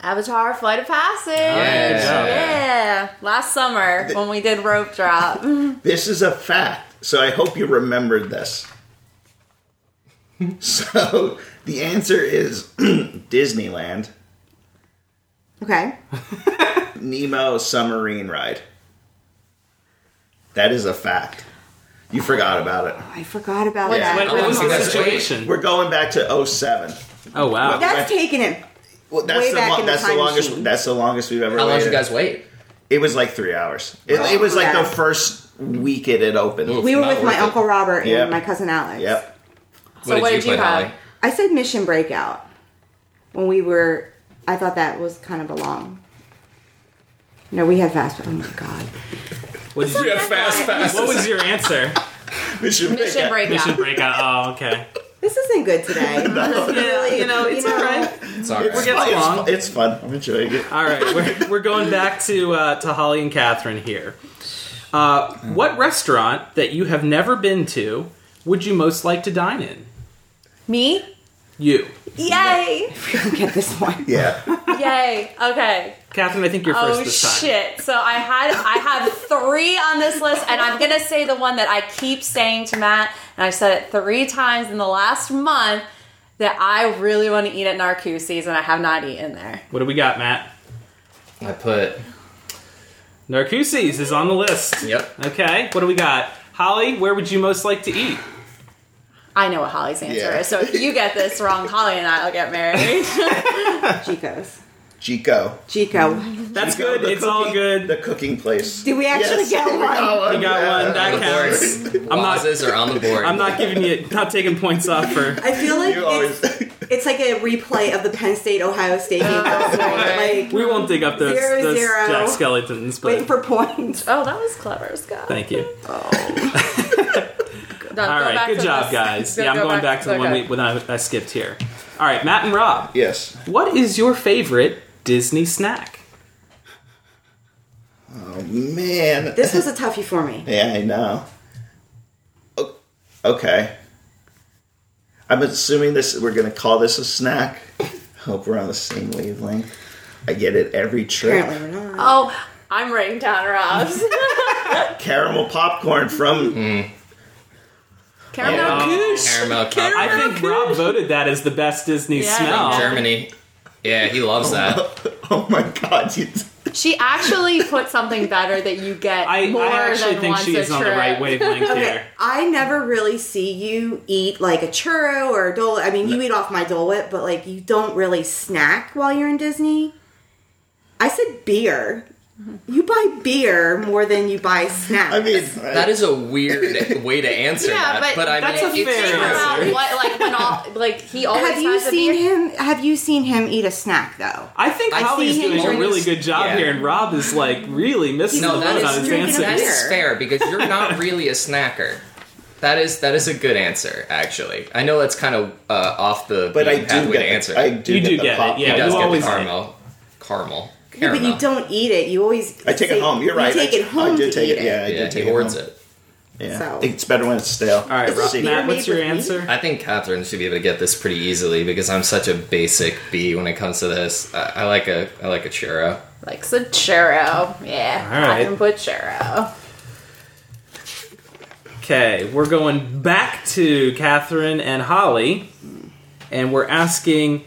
Speaker 1: Avatar: Flight of Passage.
Speaker 2: yeah,
Speaker 5: good job.
Speaker 1: Yeah. last summer when we did rope drop.
Speaker 4: This is a fact, so I hope you remembered this. so the answer is Disneyland,
Speaker 3: Okay.
Speaker 4: Nemo submarine ride. That is a fact. You forgot about it.
Speaker 3: I forgot about
Speaker 4: Yeah.
Speaker 3: that.
Speaker 2: Wait, what was
Speaker 5: Oh,
Speaker 2: the
Speaker 5: that's great.
Speaker 2: situation?
Speaker 4: We're going back to 07.
Speaker 2: Oh, wow.
Speaker 3: That's taking it.
Speaker 4: Well, that's
Speaker 3: Way
Speaker 4: the
Speaker 3: back
Speaker 4: lo-
Speaker 3: in the
Speaker 4: that's the
Speaker 3: time
Speaker 4: longest
Speaker 3: machine.
Speaker 4: that's the longest we've ever
Speaker 5: How long did
Speaker 4: waited.
Speaker 5: you guys wait?
Speaker 4: It was like 3 hours. It, it was like
Speaker 3: Yeah.
Speaker 4: the first week it had opened.
Speaker 5: Oof.
Speaker 3: We were
Speaker 5: Not
Speaker 3: with my
Speaker 5: worth it.
Speaker 3: Uncle Robert and
Speaker 4: Yep.
Speaker 3: my cousin Alex.
Speaker 4: Yep.
Speaker 1: So what did you
Speaker 5: put,
Speaker 1: have?
Speaker 5: Holly?
Speaker 3: I said Mission Breakout when we were. I thought that was kind of a long. No, we had fast. Oh my god!
Speaker 2: What, did you,
Speaker 5: fast, fast.
Speaker 2: what was your answer?
Speaker 4: Mission
Speaker 1: Mission
Speaker 4: Breakout.
Speaker 2: Mission
Speaker 1: breakout.
Speaker 2: breakout. Oh, okay.
Speaker 3: This isn't good today.
Speaker 2: you know, it's all right.
Speaker 5: It's all right.
Speaker 2: We're getting
Speaker 4: It's
Speaker 2: along.
Speaker 4: fun. It's fun. I'm enjoying it.
Speaker 2: All right, we're, we're going back to uh, to Holly and Catherine here. Uh, what restaurant that you have never been to would you most like to dine in?
Speaker 1: Me?
Speaker 2: You,
Speaker 1: Yay!
Speaker 3: Get this one.
Speaker 4: Yeah.
Speaker 1: Yay! Okay.
Speaker 2: Catherine. I think you're first
Speaker 1: Oh
Speaker 2: this time.
Speaker 1: shit! So I had I have three on this list, and I'm gonna say the one that I keep saying to Matt, and I've said it three times in the last month that I really want to eat at Narcusi's, and I have not eaten there.
Speaker 2: What do we got, Matt?
Speaker 5: I put.
Speaker 2: Narcusi's is on the list.
Speaker 5: Yep.
Speaker 2: Okay. What do we got, Holly? Where would you most like to eat?
Speaker 1: I know what Holly's answer
Speaker 4: Yeah.
Speaker 1: is, so if you get this wrong, Holly and I will get married.
Speaker 3: Chico's.
Speaker 4: Chico.
Speaker 3: Chico.
Speaker 2: That's
Speaker 4: Chico,
Speaker 2: good.
Speaker 4: the
Speaker 2: It's all
Speaker 4: cooking-
Speaker 2: good.
Speaker 4: The cooking place.
Speaker 3: Did we actually
Speaker 4: Yes,
Speaker 3: get
Speaker 4: we got
Speaker 3: one?
Speaker 4: one.
Speaker 2: We got
Speaker 4: Yeah.
Speaker 2: one. That
Speaker 5: On the
Speaker 2: counts.
Speaker 5: board.
Speaker 2: I'm not-
Speaker 5: Wazas are on the board.
Speaker 2: I'm not giving you, not taking points off for.
Speaker 3: I feel like
Speaker 4: You always.
Speaker 3: it's, it's like a replay of the Penn State Ohio State game last night. Like
Speaker 2: We won't dig up those,
Speaker 3: Zero,
Speaker 2: those
Speaker 3: zero.
Speaker 2: Jack skeletons, but
Speaker 3: waiting for points.
Speaker 1: oh, that was clever, Scott.
Speaker 2: thank you.
Speaker 1: No,
Speaker 2: All
Speaker 1: go
Speaker 2: right,
Speaker 1: back
Speaker 2: good
Speaker 1: to
Speaker 2: job,
Speaker 1: this.
Speaker 2: guys.
Speaker 1: Go-
Speaker 2: yeah, I'm
Speaker 1: go
Speaker 2: going back, to the one
Speaker 1: okay.
Speaker 2: we, when I, I skipped here. All right, Matt and Rob,
Speaker 4: yes.
Speaker 2: what is your favorite Disney snack?
Speaker 4: Oh man.
Speaker 3: This was a toughie for me.
Speaker 4: yeah, I know. O- Okay. I'm assuming this. We're gonna call this a snack. Hope we're on the same wavelength. I get it every trip.
Speaker 3: Apparently we're not.
Speaker 1: Oh, I'm writing down Rob's.
Speaker 4: Caramel popcorn from.
Speaker 1: Caramel
Speaker 5: Yeah.
Speaker 1: couche.
Speaker 5: Caramel cup.
Speaker 2: I think Rob voted that as the best Disney
Speaker 1: Yeah.
Speaker 2: smell.
Speaker 5: Germany. Yeah, he loves that.
Speaker 4: Oh my god! You,
Speaker 1: She actually put something better that you get
Speaker 2: I,
Speaker 1: more
Speaker 2: I actually
Speaker 1: than
Speaker 2: think
Speaker 1: once
Speaker 2: she
Speaker 1: a
Speaker 2: is on the
Speaker 1: trip.
Speaker 2: right wavelength
Speaker 3: Okay,
Speaker 2: here.
Speaker 3: I never really see you eat like a churro or a Dole. Whip. I mean, you eat off my Dole Whip, but like you don't really snack while you're in Disney. I said beer. You buy beer more than you buy snacks.
Speaker 4: I mean,
Speaker 5: That is a weird way to answer
Speaker 1: Yeah,
Speaker 5: that,
Speaker 1: but,
Speaker 5: I
Speaker 2: that's
Speaker 5: mean,
Speaker 2: a
Speaker 1: you
Speaker 5: it's
Speaker 1: think
Speaker 2: fair
Speaker 1: about
Speaker 2: answer.
Speaker 1: what like when all like he always
Speaker 3: have you
Speaker 1: has a
Speaker 3: seen
Speaker 1: beer-
Speaker 3: him? Have you seen him eat a snack though?
Speaker 2: I think
Speaker 5: I
Speaker 2: Holly's
Speaker 3: see him
Speaker 2: doing a
Speaker 3: drinking-
Speaker 2: really good job
Speaker 5: Yeah.
Speaker 2: here, and Rob is like really missing
Speaker 5: No,
Speaker 2: the
Speaker 5: that
Speaker 2: boat
Speaker 5: is
Speaker 2: on his
Speaker 3: drinking a
Speaker 5: That
Speaker 2: answers.
Speaker 5: is
Speaker 3: Fair.
Speaker 5: fair because you're not really a snacker. That is that is a good answer, actually. I know that's kind of uh, off the
Speaker 4: but I
Speaker 5: beaten path
Speaker 4: do
Speaker 5: way
Speaker 4: get
Speaker 5: to answer.
Speaker 4: I do
Speaker 2: You
Speaker 4: get
Speaker 2: do
Speaker 4: the
Speaker 2: get it,
Speaker 4: pop-
Speaker 2: yeah.
Speaker 5: he
Speaker 2: you
Speaker 5: does get the
Speaker 2: always-
Speaker 5: caramel. Caramel.
Speaker 3: Yeah, but
Speaker 5: Caramel.
Speaker 3: you don't eat it. You always.
Speaker 4: I take
Speaker 3: say-
Speaker 4: it home. You're
Speaker 3: you
Speaker 4: right.
Speaker 3: take
Speaker 4: I,
Speaker 3: it home.
Speaker 4: I do
Speaker 3: to
Speaker 4: take
Speaker 3: eat
Speaker 4: it. Yeah, I
Speaker 5: Yeah,
Speaker 4: do take
Speaker 5: he hoards
Speaker 4: home.
Speaker 5: it.
Speaker 4: Yeah,
Speaker 3: So-
Speaker 4: it's better when it's stale.
Speaker 2: All right,
Speaker 3: Is this
Speaker 2: Rob,
Speaker 3: beer
Speaker 2: Matt,
Speaker 3: made
Speaker 2: what's your
Speaker 3: with meat?
Speaker 2: answer?
Speaker 5: I think Catherine should be able to get this pretty easily because I'm such a basic B when it comes to this. I, I like a I like a churro.
Speaker 1: Likes a churro. Yeah.
Speaker 2: All right.
Speaker 1: I can put churro.
Speaker 2: Okay, we're going back to Catherine and Holly, and we're asking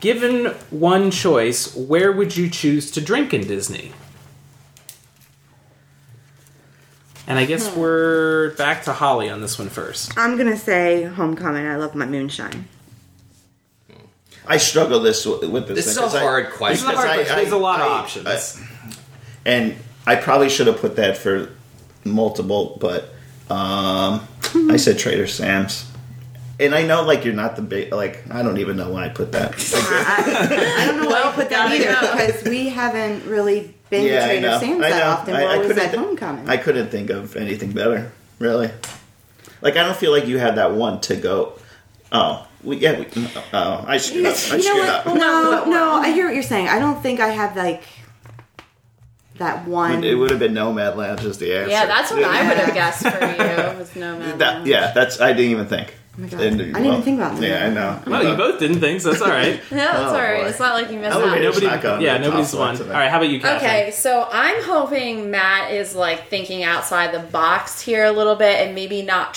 Speaker 2: given one choice, where would you choose to drink in Disney? And I
Speaker 4: Hmm.
Speaker 2: guess we're back to Holly on this one first.
Speaker 3: I'm gonna say homecoming. I love my moonshine.
Speaker 4: I struggle this w- with this.
Speaker 5: This is
Speaker 4: thing,
Speaker 5: a
Speaker 4: 'cause I-
Speaker 5: hard question.
Speaker 2: This is a hard
Speaker 4: because
Speaker 2: question. There's a lot of options.
Speaker 4: and I probably should have put that for multiple, but um, I said Trader Sam's. And I know, like, you're not the big, like, I don't even know why I put that. Like,
Speaker 3: I don't know why I put that either because we haven't really been
Speaker 4: yeah,
Speaker 3: to
Speaker 4: I know.
Speaker 3: Trader Sam's
Speaker 4: I
Speaker 3: that
Speaker 4: know.
Speaker 3: often. We're
Speaker 4: I, I
Speaker 3: always
Speaker 4: couldn't
Speaker 3: at
Speaker 4: thi-
Speaker 3: homecoming.
Speaker 4: I couldn't think of anything better, really. Like, I don't feel like you had that one to go. Oh, we, yeah, we, oh, I screwed up. I
Speaker 3: you know
Speaker 4: screwed
Speaker 3: what?
Speaker 4: up.
Speaker 3: No, no. I hear what you're saying. I don't think I have like that one.
Speaker 4: It would have been Nomad Lounge is the answer.
Speaker 1: Yeah, that's what I
Speaker 3: Yeah.
Speaker 1: would have guessed for you was Nomad.
Speaker 4: That, yeah, that's I didn't even think.
Speaker 3: Oh my God.
Speaker 4: And,
Speaker 3: I didn't even think about that.
Speaker 4: Yeah, I know.
Speaker 2: Well, you both didn't think, so that's all right.
Speaker 1: No, it's
Speaker 4: Oh,
Speaker 1: alright.
Speaker 4: boy.
Speaker 1: It's not like you missed
Speaker 4: Elevator
Speaker 1: out.
Speaker 2: Nobody,
Speaker 4: not gonna
Speaker 2: yeah,
Speaker 4: be a top
Speaker 2: nobody's
Speaker 4: one
Speaker 2: one. All
Speaker 4: today.
Speaker 2: right, how about you, Catherine?
Speaker 1: Okay, so I'm hoping Matt is like thinking outside the box here a little bit and maybe not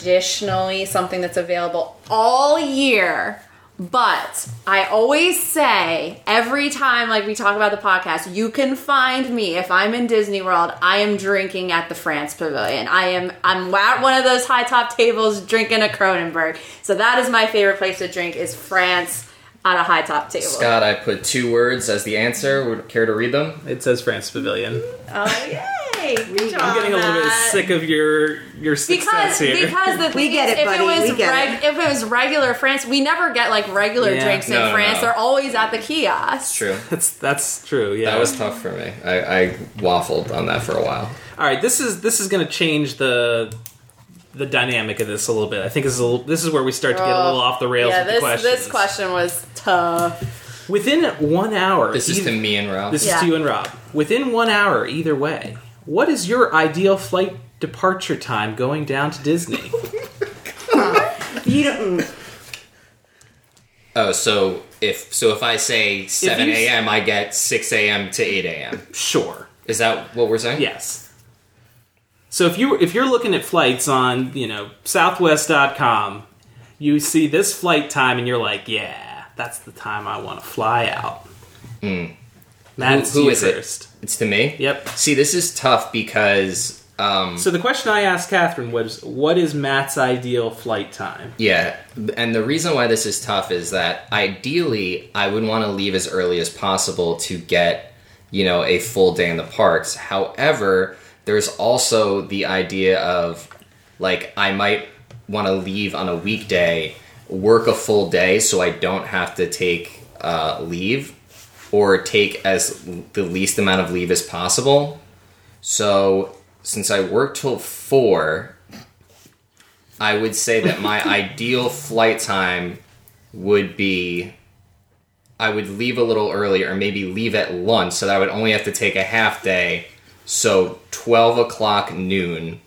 Speaker 1: traditionally something that's available all year. But I always say every time like we talk about the podcast, you can find me if I'm in Disney World, I am drinking at the France Pavilion. I am I'm at one of those high top tables drinking a Cronenberg. So that is my favorite place to drink is France on a high top table.
Speaker 5: Scott, I put two words as the answer. Would care to read them?
Speaker 2: It says France Pavilion.
Speaker 1: Oh yay! Good job,
Speaker 2: I'm getting a little bit
Speaker 1: Matt.
Speaker 2: sick of your your
Speaker 1: because
Speaker 2: success here.
Speaker 1: because the
Speaker 3: We
Speaker 1: thing
Speaker 3: get
Speaker 1: is,
Speaker 3: it,
Speaker 1: if
Speaker 3: buddy.
Speaker 1: it was
Speaker 3: We get
Speaker 1: reg- if it was regular France, we never get like regular
Speaker 2: Yeah.
Speaker 1: drinks
Speaker 5: No,
Speaker 1: in
Speaker 5: no,
Speaker 1: France.
Speaker 5: no.
Speaker 1: They're always at the kiosk.
Speaker 5: True.
Speaker 2: that's that's true. Yeah,
Speaker 5: That was tough for me. I, I waffled on that for a while.
Speaker 2: All right, this is this is going to change the the dynamic of this a little bit. I think this is a, little- this is where we start to get a little off the rails
Speaker 1: Oh, Yeah,
Speaker 2: with
Speaker 1: this
Speaker 2: the questions.
Speaker 1: this question was tough.
Speaker 2: Within one hour,
Speaker 5: This is
Speaker 2: either-
Speaker 5: to me and Ralph.
Speaker 2: this is
Speaker 1: Yeah.
Speaker 2: to you and Rob. Within one hour, either way, what is your ideal flight departure time going down to Disney?
Speaker 3: you don't. mm.
Speaker 5: Oh, so if so, if I say seven
Speaker 2: you s-
Speaker 5: a.m., I get six a.m. to eight a.m.
Speaker 2: sure,
Speaker 5: Is that what we're saying?
Speaker 2: yes. So if you if you're looking at flights on you know Southwest.com, you see this flight time and you're like, yeah, that's the time I want to fly out. Matt,
Speaker 5: Who-
Speaker 2: it's
Speaker 5: Hmm. who
Speaker 2: you
Speaker 5: is it?
Speaker 2: first.
Speaker 5: It's to me.
Speaker 2: Yep.
Speaker 5: See, this is tough because um,
Speaker 2: So the question I asked Catherine was, "What is Matt's ideal flight time?"
Speaker 5: yeah, and the reason why this is tough is that ideally I would want to leave as early as possible to get you know a full day in the parks. However, there's also the idea of like I might want to leave on a weekday, work a full day, so I don't have to take uh, leave or take as the least amount of leave as possible. So since I work till four, I would say that my ideal flight time would be I would leave a little early or maybe leave at lunch so that I would only have to take a half day. So 12 o'clock noon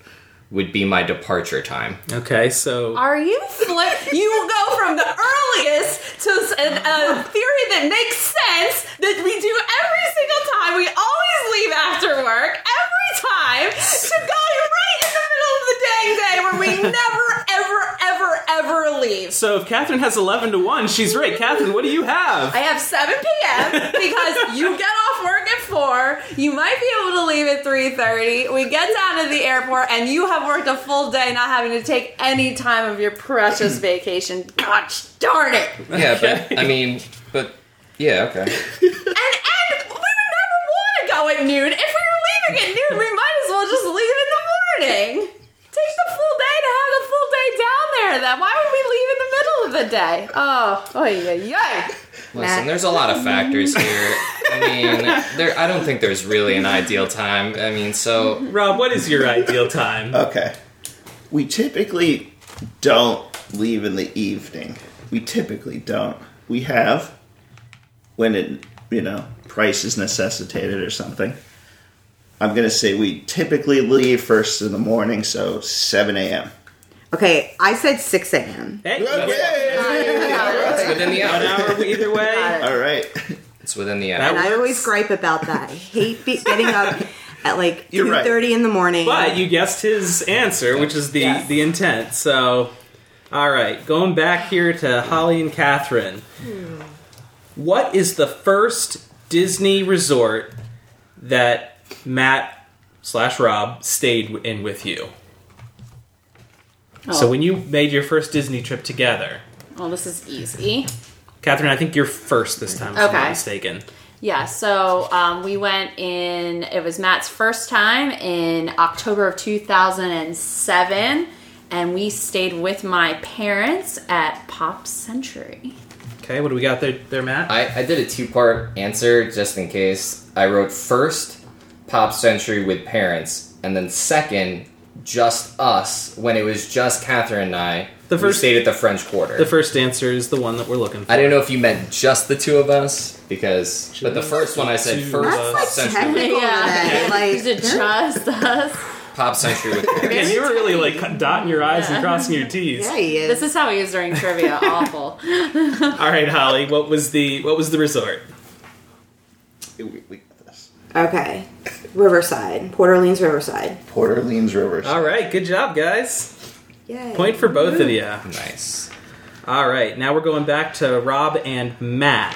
Speaker 5: would be my departure time.
Speaker 2: Okay, so
Speaker 1: Are you flip? you go from the earliest to s- an- a theory that makes sense that we do every single time. We always leave after work every time to go right in the middle of the dang day where we never ever ever ever leave.
Speaker 2: so if Catherine has eleven to one, she's right. Catherine, what do you have?
Speaker 1: I have 7 p.m. because you get off work at 4. You might be able to leave at 3.30. We get down to the airport and you have worked a full day not having to take any time of your precious vacation. Gosh darn it. And,
Speaker 5: Yeah, but I mean, but yeah, okay.
Speaker 1: and we would never want to go at noon. If we were leaving at noon, we might as well just leave in the morning. Take the full day to have the full day down there. Then why would we leave in the middle of the day? Oh, oh yeah, yeah.
Speaker 5: Listen,
Speaker 3: Matt.
Speaker 5: there's a lot of factors here. I mean, there. I don't think there's really an ideal time. I mean, so
Speaker 2: Rob, what is your ideal time?
Speaker 4: Okay. We typically don't leave in the evening. We typically don't. We have when it, you know, price is necessitated or something. I'm going to say we typically leave first in the morning, so 7 a.m.
Speaker 3: Okay, I said 6 a.m.
Speaker 2: Hey,
Speaker 5: it's within the
Speaker 2: One
Speaker 5: hour.
Speaker 2: hour either way.
Speaker 4: All right.
Speaker 5: It's within the
Speaker 2: That
Speaker 5: hour.
Speaker 3: And I
Speaker 2: works.
Speaker 3: always gripe about that. I hate be- getting up at like
Speaker 4: You're right.
Speaker 3: 2.30 in the morning.
Speaker 2: But you guessed his answer, which is the,
Speaker 3: Yes.
Speaker 2: the intent. So, all right, going back here to Holly and Catherine. What is the first Disney resort that Matt slash Rob stayed in with you? So
Speaker 1: Oh.
Speaker 2: when you made your first Disney trip together,
Speaker 1: Well, Oh, this is easy.
Speaker 2: Catherine, I think you're first this time, if I'm
Speaker 1: Okay.
Speaker 2: not mistaken.
Speaker 1: Yeah, so um, we went in, it was Matt's first time in October of 2007, and we stayed with my parents at Pop Century.
Speaker 2: Okay, what do we got there, there Matt?
Speaker 5: I, I did a two-part answer just in case. I wrote first pop century with parents, and then second just us when it was just Catherine and I.
Speaker 2: The
Speaker 5: who
Speaker 2: first-
Speaker 5: stayed at the French Quarter.
Speaker 2: the first answer is the one that we're looking for.
Speaker 5: I didn't know if you meant just the two of us because, but the first one I said
Speaker 2: Two
Speaker 5: first
Speaker 2: of
Speaker 5: pop
Speaker 2: us.
Speaker 5: century,
Speaker 3: technical today. Like,
Speaker 1: is it just us?
Speaker 5: pop century with parents.
Speaker 2: Man, you were really like dotting your I's and crossing your T's.
Speaker 3: yeah, he is.
Speaker 1: This is how he is during trivia. Awful.
Speaker 2: All right, Holly, what was the what was the resort?
Speaker 4: We, we got this.
Speaker 3: okay, Riverside. Port Orleans Riverside.
Speaker 4: Port Orleans Rivers.
Speaker 2: All right, good job, guys.
Speaker 3: Yay.
Speaker 2: Point for both of you.
Speaker 5: Nice.
Speaker 2: All right, now we're going back to Rob and Matt.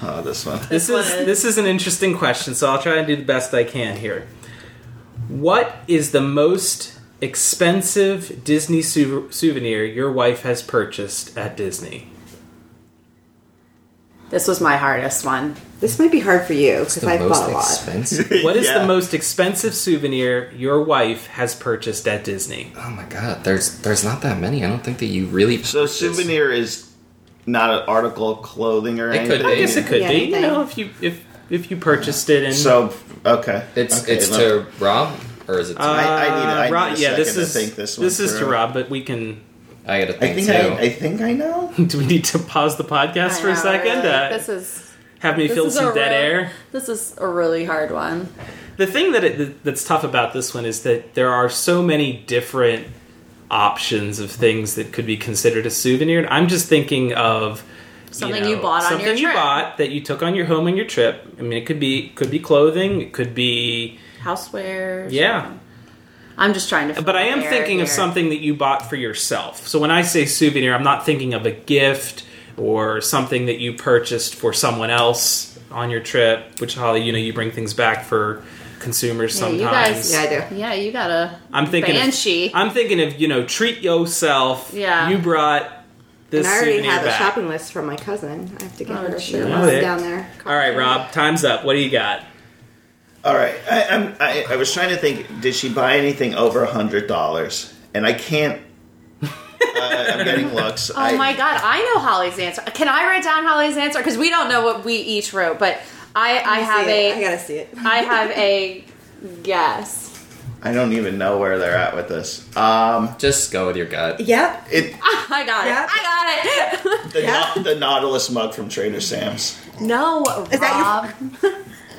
Speaker 4: Oh, this one.
Speaker 2: This
Speaker 1: This
Speaker 2: is
Speaker 1: one is-
Speaker 2: this is an interesting question, so I'll try and do the best I can here. What is the most expensive Disney sou- souvenir your wife has purchased at Disney?
Speaker 1: This was my hardest one.
Speaker 3: This might be hard for you because I bought a lot.
Speaker 5: expensive.
Speaker 2: What is
Speaker 4: Yeah.
Speaker 2: the most expensive souvenir your wife has purchased at Disney?
Speaker 5: oh my god, there's there's not that many. I don't think that you really.
Speaker 4: So
Speaker 5: purchase-
Speaker 4: souvenir is not an article of clothing or
Speaker 5: It could
Speaker 4: anything.
Speaker 5: be.
Speaker 2: I guess it could
Speaker 3: Yeah,
Speaker 2: be. You
Speaker 3: anything.
Speaker 2: know, if you if if you purchased it and
Speaker 4: So okay,
Speaker 5: It's
Speaker 4: Okay,
Speaker 5: it's
Speaker 4: look.
Speaker 5: to Rob or is it? To,
Speaker 4: I- I need a- I
Speaker 2: Uh,
Speaker 4: need a
Speaker 2: Rob- yeah, this
Speaker 4: second to
Speaker 2: is
Speaker 4: think this one
Speaker 2: is to
Speaker 4: through.
Speaker 2: Rob, but we can.
Speaker 5: I gotta
Speaker 4: I
Speaker 5: think,
Speaker 4: think
Speaker 5: too.
Speaker 4: I, I think I know.
Speaker 2: Do we need to pause the podcast for
Speaker 1: I
Speaker 2: a
Speaker 1: know,
Speaker 2: second?
Speaker 1: really.
Speaker 2: Uh,
Speaker 1: this is
Speaker 2: have me
Speaker 1: this
Speaker 2: feel
Speaker 1: is a
Speaker 2: some dead
Speaker 1: real-
Speaker 2: air.
Speaker 1: This is a really hard one.
Speaker 2: The thing that it, that's tough about this one is that there are so many different options of things that could be considered a souvenir. And I'm just thinking of
Speaker 1: Something
Speaker 2: know,
Speaker 1: you bought on
Speaker 2: something
Speaker 1: your
Speaker 2: you
Speaker 1: trip.
Speaker 2: bought that you took on your home on your trip. I mean, it could be could be clothing, it could be
Speaker 1: Housewares.
Speaker 2: yeah.
Speaker 1: I'm just trying to.
Speaker 2: But I am
Speaker 1: find
Speaker 2: thinking of
Speaker 1: here.
Speaker 2: something that you bought for yourself. So when I say souvenir, I'm not thinking of a gift or something that you purchased for someone else on your trip. Which Holly, you know, you bring things back for consumers
Speaker 1: Yeah, you
Speaker 2: sometimes.
Speaker 1: guys-
Speaker 3: Yeah, I do.
Speaker 1: Yeah, you gotta.
Speaker 2: I'm thinking
Speaker 1: Banshee.
Speaker 2: Of, I'm thinking of you know, treat yourself.
Speaker 1: Yeah.
Speaker 2: you brought this
Speaker 3: And I already
Speaker 2: souvenir
Speaker 3: have a
Speaker 2: back.
Speaker 3: shopping list from my cousin. I have to get
Speaker 1: Oh,
Speaker 3: her a
Speaker 1: geez.
Speaker 3: shirt
Speaker 2: Oh, yeah.
Speaker 3: list down there.
Speaker 2: All right, Rob, time's up. What do you got?
Speaker 4: All right, I, I'm, I, I was trying to think. Did she buy anything over a hundred dollars? And I can't. uh, I'm getting looks.
Speaker 1: Oh my god, I know Holly's answer. Can I write down Holly's answer? Because we don't know what we each wrote, but I, I
Speaker 3: Let me
Speaker 1: have
Speaker 3: see it. I
Speaker 1: a
Speaker 3: gotta see it.
Speaker 1: I have a guess.
Speaker 4: I don't even know where they're at with this. Um,
Speaker 5: Just go with your gut.
Speaker 3: Yep.
Speaker 4: it
Speaker 1: I got
Speaker 3: Yeah.
Speaker 1: it. I got it.
Speaker 4: the,
Speaker 3: Yeah.
Speaker 4: Nau- the Nautilus mug from Trader Sam's.
Speaker 1: No,
Speaker 3: Is
Speaker 1: Rob.
Speaker 3: that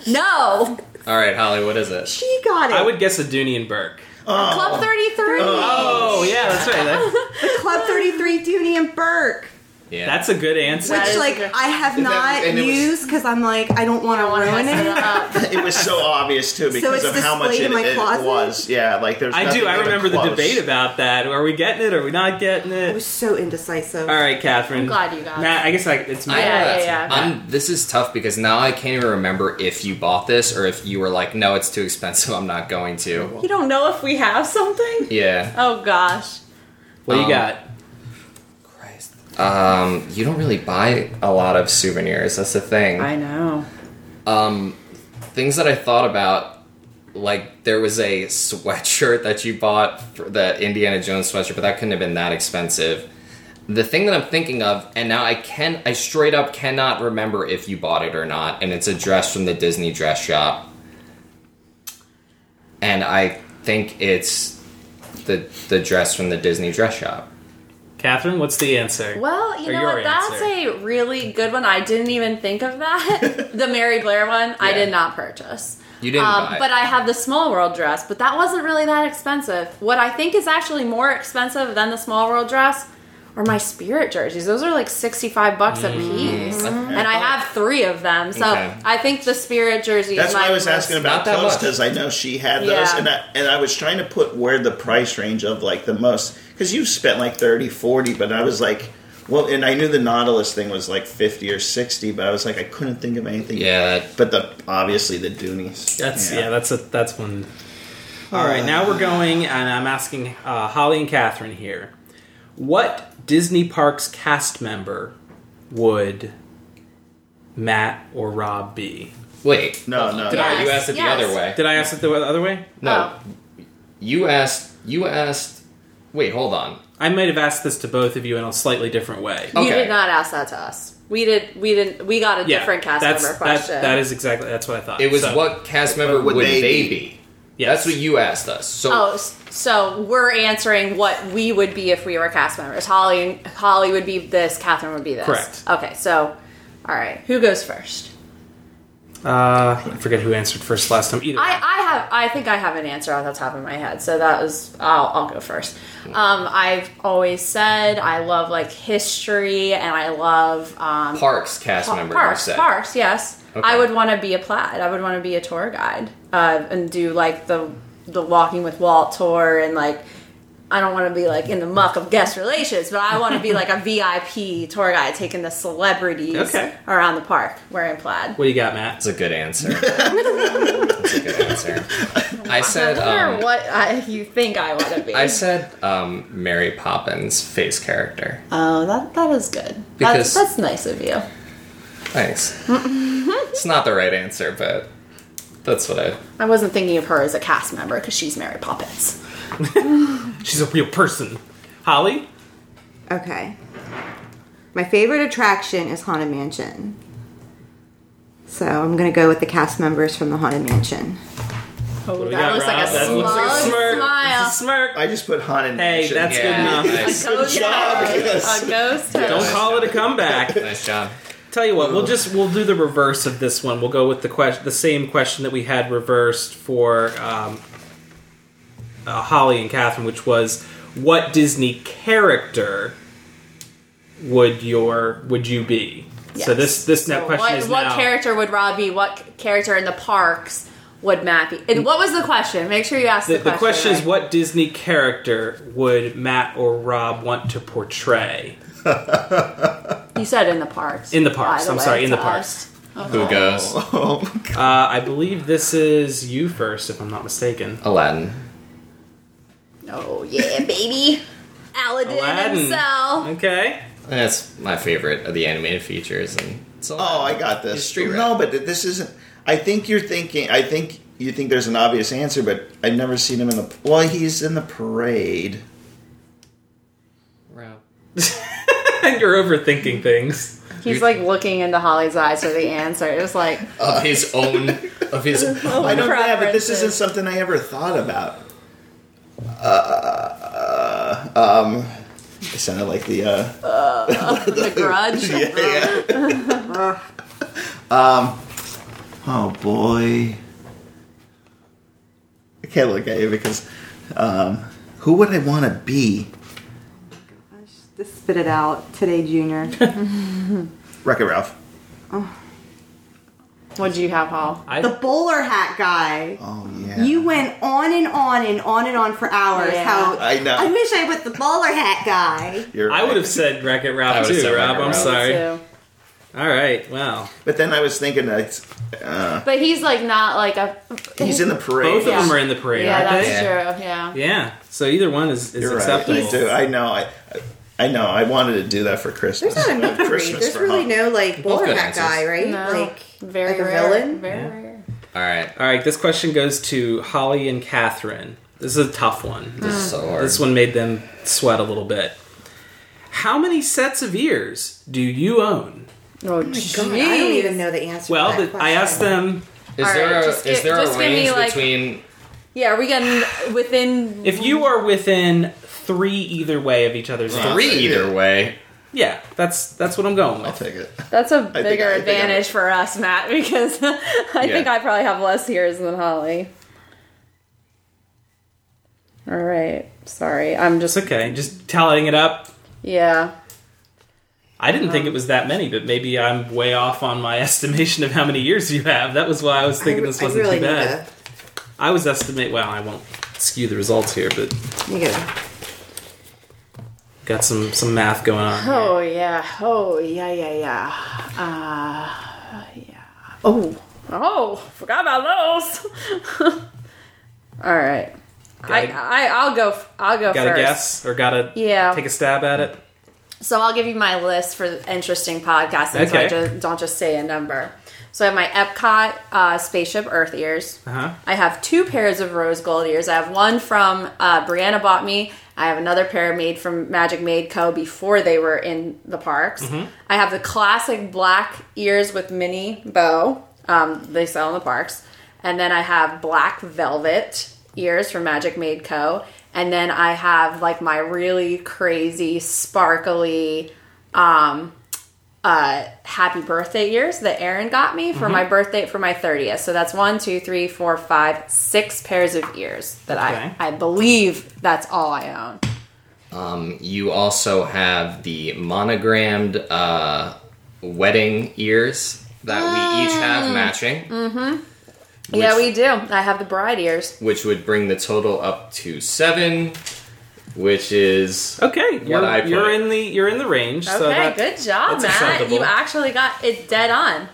Speaker 1: no.
Speaker 5: All right, Holly, what is it?
Speaker 3: She got it.
Speaker 2: I would guess a Dooney and Burke.
Speaker 1: Club 33.
Speaker 2: Oh yeah, that's right. That-
Speaker 3: Club 33, Dooney and Burke.
Speaker 5: Yeah,
Speaker 2: that's a good answer.
Speaker 1: That
Speaker 3: Which,
Speaker 1: is
Speaker 3: like,
Speaker 1: good.
Speaker 3: I have
Speaker 4: And that-
Speaker 3: not
Speaker 4: and it was-
Speaker 3: used because I'm like, I don't want
Speaker 1: I
Speaker 3: to
Speaker 1: want to
Speaker 3: ruin
Speaker 1: mess it up.
Speaker 3: it.
Speaker 4: It was so obvious too because
Speaker 3: it's
Speaker 4: of how much
Speaker 3: displayed
Speaker 4: it,
Speaker 3: in my
Speaker 4: it
Speaker 3: closet?
Speaker 4: was. Yeah, like there's.
Speaker 2: I do.
Speaker 4: nothing
Speaker 2: I
Speaker 4: even
Speaker 2: remember the
Speaker 4: close.
Speaker 2: debate about that. Are we getting it? Are we not getting
Speaker 3: I was
Speaker 2: it?
Speaker 3: so indecisive.
Speaker 2: All right, Catherine.
Speaker 1: I'm glad you got it.
Speaker 2: Matt, I guess I, it's
Speaker 5: I-
Speaker 2: Matt.
Speaker 1: Yeah, yeah, yeah.
Speaker 5: I'm, this is tough because now I can't even remember if you bought this or if you were like, no, it's too expensive, I'm not going to.
Speaker 1: You don't know if we have something?
Speaker 5: Yeah.
Speaker 1: Oh gosh.
Speaker 2: What do you
Speaker 5: Um,
Speaker 2: got?
Speaker 5: Christ. Um, you don't really buy a lot of souvenirs. That's the thing.
Speaker 1: know.
Speaker 5: Um, things that I thought about, like there was a sweatshirt that you bought for the Indiana Jones sweatshirt, but that couldn't have been that expensive. The thing that I'm thinking of, and now I can, I straight up cannot remember if you bought it or not, and it's a dress from the Disney dress shop, and I think it's the the dress from the Disney dress shop.
Speaker 2: Catherine, what's the answer?
Speaker 1: Well, you
Speaker 2: Or
Speaker 1: know
Speaker 2: your
Speaker 1: what? That's
Speaker 2: answer.
Speaker 1: a really good one. I didn't even think of that. the Mary Blair one, I
Speaker 5: Yeah.
Speaker 1: did not purchase.
Speaker 5: You didn't
Speaker 1: Um,
Speaker 5: buy it.
Speaker 1: but I have the Small World dress, but that wasn't really that expensive. What I think is actually more expensive than the Small World dress are my spirit jerseys. Those are like 65 bucks a piece. And I have three of them. So
Speaker 5: Mm. Oh. Okay.
Speaker 1: I think the spirit jersey
Speaker 4: That's
Speaker 1: is
Speaker 4: why
Speaker 1: my
Speaker 4: I was
Speaker 1: most-
Speaker 4: asking about
Speaker 5: Not that
Speaker 4: clothes
Speaker 5: much.
Speaker 4: because I know she had those,
Speaker 1: Yeah.
Speaker 4: and I, and I was trying to put where the price range of like the most because you spent like 30, 40, but I was like, well, and I knew the Nautilus thing was like fifty or sixty, but I was like, I couldn't think of anything.
Speaker 5: Yeah, that-
Speaker 4: but the obviously the Doonies.
Speaker 2: That's yeah. that's a that's one. All
Speaker 5: Uh,
Speaker 2: right, now we're going, and I'm asking uh, Holly and Catherine here. What Disney Parks cast member would Matt or Rob be?
Speaker 5: Wait,
Speaker 4: No, no,
Speaker 5: Did
Speaker 4: no.
Speaker 5: I, you
Speaker 1: Yes,
Speaker 5: asked it
Speaker 1: yes.
Speaker 5: the other way.
Speaker 2: Did I ask it the other way?
Speaker 5: No,
Speaker 1: Oh.
Speaker 5: you asked. You asked. Wait, hold on.
Speaker 2: I might have asked this to both of you in a slightly different way.
Speaker 5: Oh,
Speaker 1: You
Speaker 5: Okay.
Speaker 1: did not ask that to us. We did. We didn't. We got a different cast
Speaker 2: that's-
Speaker 1: member
Speaker 2: that-
Speaker 1: question.
Speaker 2: that is exactly that's what I thought.
Speaker 5: It was
Speaker 2: So,
Speaker 5: what cast member would, they, be?
Speaker 2: yes.
Speaker 5: That's what you asked us. So
Speaker 1: Oh, s- so we're answering what we would be if we were cast members. Holly, Holly would be this. Catherine would be this.
Speaker 2: Correct.
Speaker 1: Okay, so all right, who goes first?
Speaker 2: Uh, I forget who answered first last time. Either
Speaker 1: I,
Speaker 2: way.
Speaker 1: I have. I think I have an answer off the top of my head. So that was. I'll, I'll go first. Um, I've always said I love like history and I love um,
Speaker 5: Parks cast member. you
Speaker 1: Parks,
Speaker 5: said.
Speaker 1: parks, yes.
Speaker 5: Okay.
Speaker 1: I would want to be a plaid. I would want to be a tour guide uh, and do like the the walking with Walt tour and like I don't want to be like in the muck of guest relations, but I want to be like a VIP tour guide taking the celebrities
Speaker 2: Okay.
Speaker 1: around the park wearing plaid.
Speaker 2: What do you got, Matt?
Speaker 5: That's a good answer. That's a good answer. I said.
Speaker 1: I wonder
Speaker 5: Um,
Speaker 1: what I, you think I want to be.
Speaker 5: I said um, Mary Poppins face character.
Speaker 1: oh, that that is good.
Speaker 5: Because-
Speaker 1: That's, that's nice of you.
Speaker 5: Thanks.
Speaker 1: Mm-hmm.
Speaker 5: it's not the right answer, but that's what I.
Speaker 1: I wasn't thinking of her as a cast member because she's Mary Poppins.
Speaker 2: She's a real person. Holly?
Speaker 3: Okay. My favorite attraction is Haunted Mansion. So I'm gonna go with the cast members from the Haunted Mansion.
Speaker 1: Oh,
Speaker 2: What do we
Speaker 1: that
Speaker 2: got,
Speaker 1: looks like a
Speaker 2: Rob? That looks like a
Speaker 1: smug
Speaker 2: smirk.
Speaker 1: smile.
Speaker 2: It's a smirk.
Speaker 4: I just put Haunted
Speaker 2: Hey,
Speaker 4: Mansion.
Speaker 2: that's
Speaker 5: Yeah,
Speaker 2: good enough.
Speaker 5: nice,
Speaker 1: Go
Speaker 4: job,
Speaker 1: Jack.
Speaker 4: yes.
Speaker 1: A ghost town.
Speaker 2: Don't call it a comeback.
Speaker 5: nice job.
Speaker 2: Tell you what, we'll just we'll do the reverse of this one. We'll go with the question, the same question that we had reversed for um, uh, Holly and Catherine, which was, what Disney character would your would you be? So
Speaker 1: Yes.
Speaker 2: this this now
Speaker 1: So
Speaker 2: question
Speaker 1: what,
Speaker 2: is
Speaker 1: what
Speaker 2: now
Speaker 1: character would Rob be? What c- character in the parks would Matt be? And what was the question? Make sure you ask the,
Speaker 2: the, the question is
Speaker 1: right?
Speaker 2: what Disney character would Matt or Rob want to portray
Speaker 1: you said in the parks.
Speaker 2: in the parks?
Speaker 1: By
Speaker 2: I'm
Speaker 1: way,
Speaker 2: sorry, in the
Speaker 1: to
Speaker 2: parks.
Speaker 1: us.
Speaker 5: Who goes?
Speaker 4: Oh,
Speaker 2: Uh, I believe this is you first, if I'm not mistaken.
Speaker 5: Aladdin.
Speaker 1: Oh yeah, baby, Aladdin,
Speaker 2: Aladdin.
Speaker 1: himself.
Speaker 2: Okay.
Speaker 5: That's my favorite of the animated features, and it's Aladdin.
Speaker 4: Oh, I got
Speaker 5: It's
Speaker 4: this.
Speaker 5: street rat.
Speaker 4: no, but this isn't. I think you're thinking. I think you think there's an obvious answer, but I've never seen him in the. Well, he's in the parade.
Speaker 5: Rob.
Speaker 2: and you're overthinking things.
Speaker 1: He's like looking into Holly's eyes for the answer. It was like
Speaker 5: of his own of his
Speaker 2: Oh,
Speaker 4: I don't know, but this
Speaker 1: preferences.
Speaker 4: isn't something I ever thought about. Uh, um, it sounded like the. Uh,
Speaker 1: the grudge.
Speaker 4: Um, oh boy, I can't look at you because, um, who would I want to be?
Speaker 3: Just spit it out today, Junior.
Speaker 4: Wreck It Ralph.
Speaker 1: What'd you have, Hall?
Speaker 2: I
Speaker 3: the bowler hat guy.
Speaker 4: Oh yeah.
Speaker 3: You went on and on and on and on for hours.
Speaker 1: Yeah.
Speaker 3: How
Speaker 4: I uh, know.
Speaker 3: I wish I was the bowler hat guy.
Speaker 4: You're
Speaker 2: I
Speaker 4: right.
Speaker 2: would have said Wreck It
Speaker 5: I
Speaker 2: Ralph
Speaker 5: would've
Speaker 2: too,
Speaker 5: said Wreck-It
Speaker 2: Rob. I'm
Speaker 5: Ralph.
Speaker 2: sorry.
Speaker 1: Too.
Speaker 2: All right. Wow.
Speaker 4: But then I was thinking that uh,
Speaker 1: But he's like not like a.
Speaker 4: he's in the parade.
Speaker 2: Both
Speaker 1: Yeah.
Speaker 2: of them are in the parade,
Speaker 1: Yeah,
Speaker 2: aren't
Speaker 1: that's
Speaker 2: they?
Speaker 1: true. Yeah.
Speaker 2: Yeah. So either one is, is
Speaker 4: You're
Speaker 2: acceptable.
Speaker 4: Right. I do. I know. I, I know. I wanted to do that for Christmas.
Speaker 3: There's not enough parade.
Speaker 4: Christmas
Speaker 3: There's
Speaker 4: for
Speaker 3: really
Speaker 4: Halloween.
Speaker 3: no like bowler
Speaker 5: good
Speaker 3: hat guy, right?
Speaker 1: No.
Speaker 3: Like
Speaker 1: Very
Speaker 3: like a
Speaker 1: rare.
Speaker 3: villain.
Speaker 1: Very
Speaker 2: Yeah.
Speaker 1: rare.
Speaker 5: All right.
Speaker 2: All right, this question goes to Holly and Catherine. This is a tough one.
Speaker 1: Hmm.
Speaker 2: This,
Speaker 5: So hard.
Speaker 2: this one made them sweat a little bit. How many sets of ears do you own?
Speaker 1: Oh,
Speaker 3: God, I don't even know the answer.
Speaker 2: Well,
Speaker 3: to that
Speaker 2: the, I
Speaker 3: question.
Speaker 2: asked them
Speaker 5: Is
Speaker 1: All
Speaker 5: there
Speaker 1: right,
Speaker 5: a
Speaker 1: just
Speaker 5: is
Speaker 1: gi-
Speaker 5: there
Speaker 1: just
Speaker 5: a
Speaker 1: give me,
Speaker 5: range
Speaker 1: like-
Speaker 5: between?
Speaker 1: Yeah, are we getting within?
Speaker 2: if you are within three either way of each other's answers.
Speaker 5: Three
Speaker 4: take
Speaker 5: either
Speaker 4: it.
Speaker 5: way.
Speaker 2: Yeah, that's that's what I'm going
Speaker 4: I'll
Speaker 2: with.
Speaker 4: take it.
Speaker 1: That's a
Speaker 4: think-
Speaker 1: bigger
Speaker 4: I think I-
Speaker 1: advantage for us, Matt, because I think I probably have less ears than Holly. All right, sorry, I'm just
Speaker 2: It's okay. Just tallying it up.
Speaker 1: yeah.
Speaker 2: I didn't think it was that many, but maybe I'm way off on my estimation of how many years you have. That was why I was thinking
Speaker 3: re-
Speaker 2: this wasn't
Speaker 3: really
Speaker 2: too bad.
Speaker 3: need
Speaker 2: I was estimate. Well, I won't skew the results here, but
Speaker 3: to- need to-
Speaker 2: got some some math going on. here.
Speaker 1: Oh yeah. Oh yeah. Yeah yeah. Uh, yeah. Oh oh, forgot about those. All right. I,
Speaker 2: Gotta-
Speaker 1: I I'll go f- I'll go
Speaker 2: Got to
Speaker 1: first.
Speaker 2: guess or got to
Speaker 1: Yeah.
Speaker 2: take a stab at it?
Speaker 1: So I'll give you my list for interesting podcasting, so I
Speaker 2: Okay.
Speaker 1: just, don't just say a number. So I have my Epcot uh, Spaceship Earth ears.
Speaker 2: Uh-huh.
Speaker 1: I have two pairs of rose gold ears. I have one from uh, Brianna bought me. I have another pair made from Magic Made Co. before they were in the parks.
Speaker 2: Mm-hmm.
Speaker 1: I have the classic black ears with mini bow. Um, they sell in the parks. And then I have black velvet ears from Magic Made Co. And then I have like my really crazy, sparkly, um, uh, happy birthday ears that Aaron got me
Speaker 2: Mm-hmm.
Speaker 1: for my birthday for my 30th. So that's one, two, three, four, five, six pairs of ears that
Speaker 2: Okay.
Speaker 1: I, I believe that's all I own.
Speaker 5: Um, you also have the monogrammed uh, wedding ears that we each
Speaker 1: Mm.
Speaker 5: have matching,
Speaker 1: yeah, we do. I have the bride ears.
Speaker 5: which would bring the total up to seven, which is
Speaker 2: Okay, you're,
Speaker 5: I put.
Speaker 2: you're in the you're in the range.
Speaker 1: Okay,
Speaker 2: so that,
Speaker 1: good job,
Speaker 2: that's
Speaker 1: Matt.
Speaker 2: acceptable.
Speaker 1: You actually got it dead on.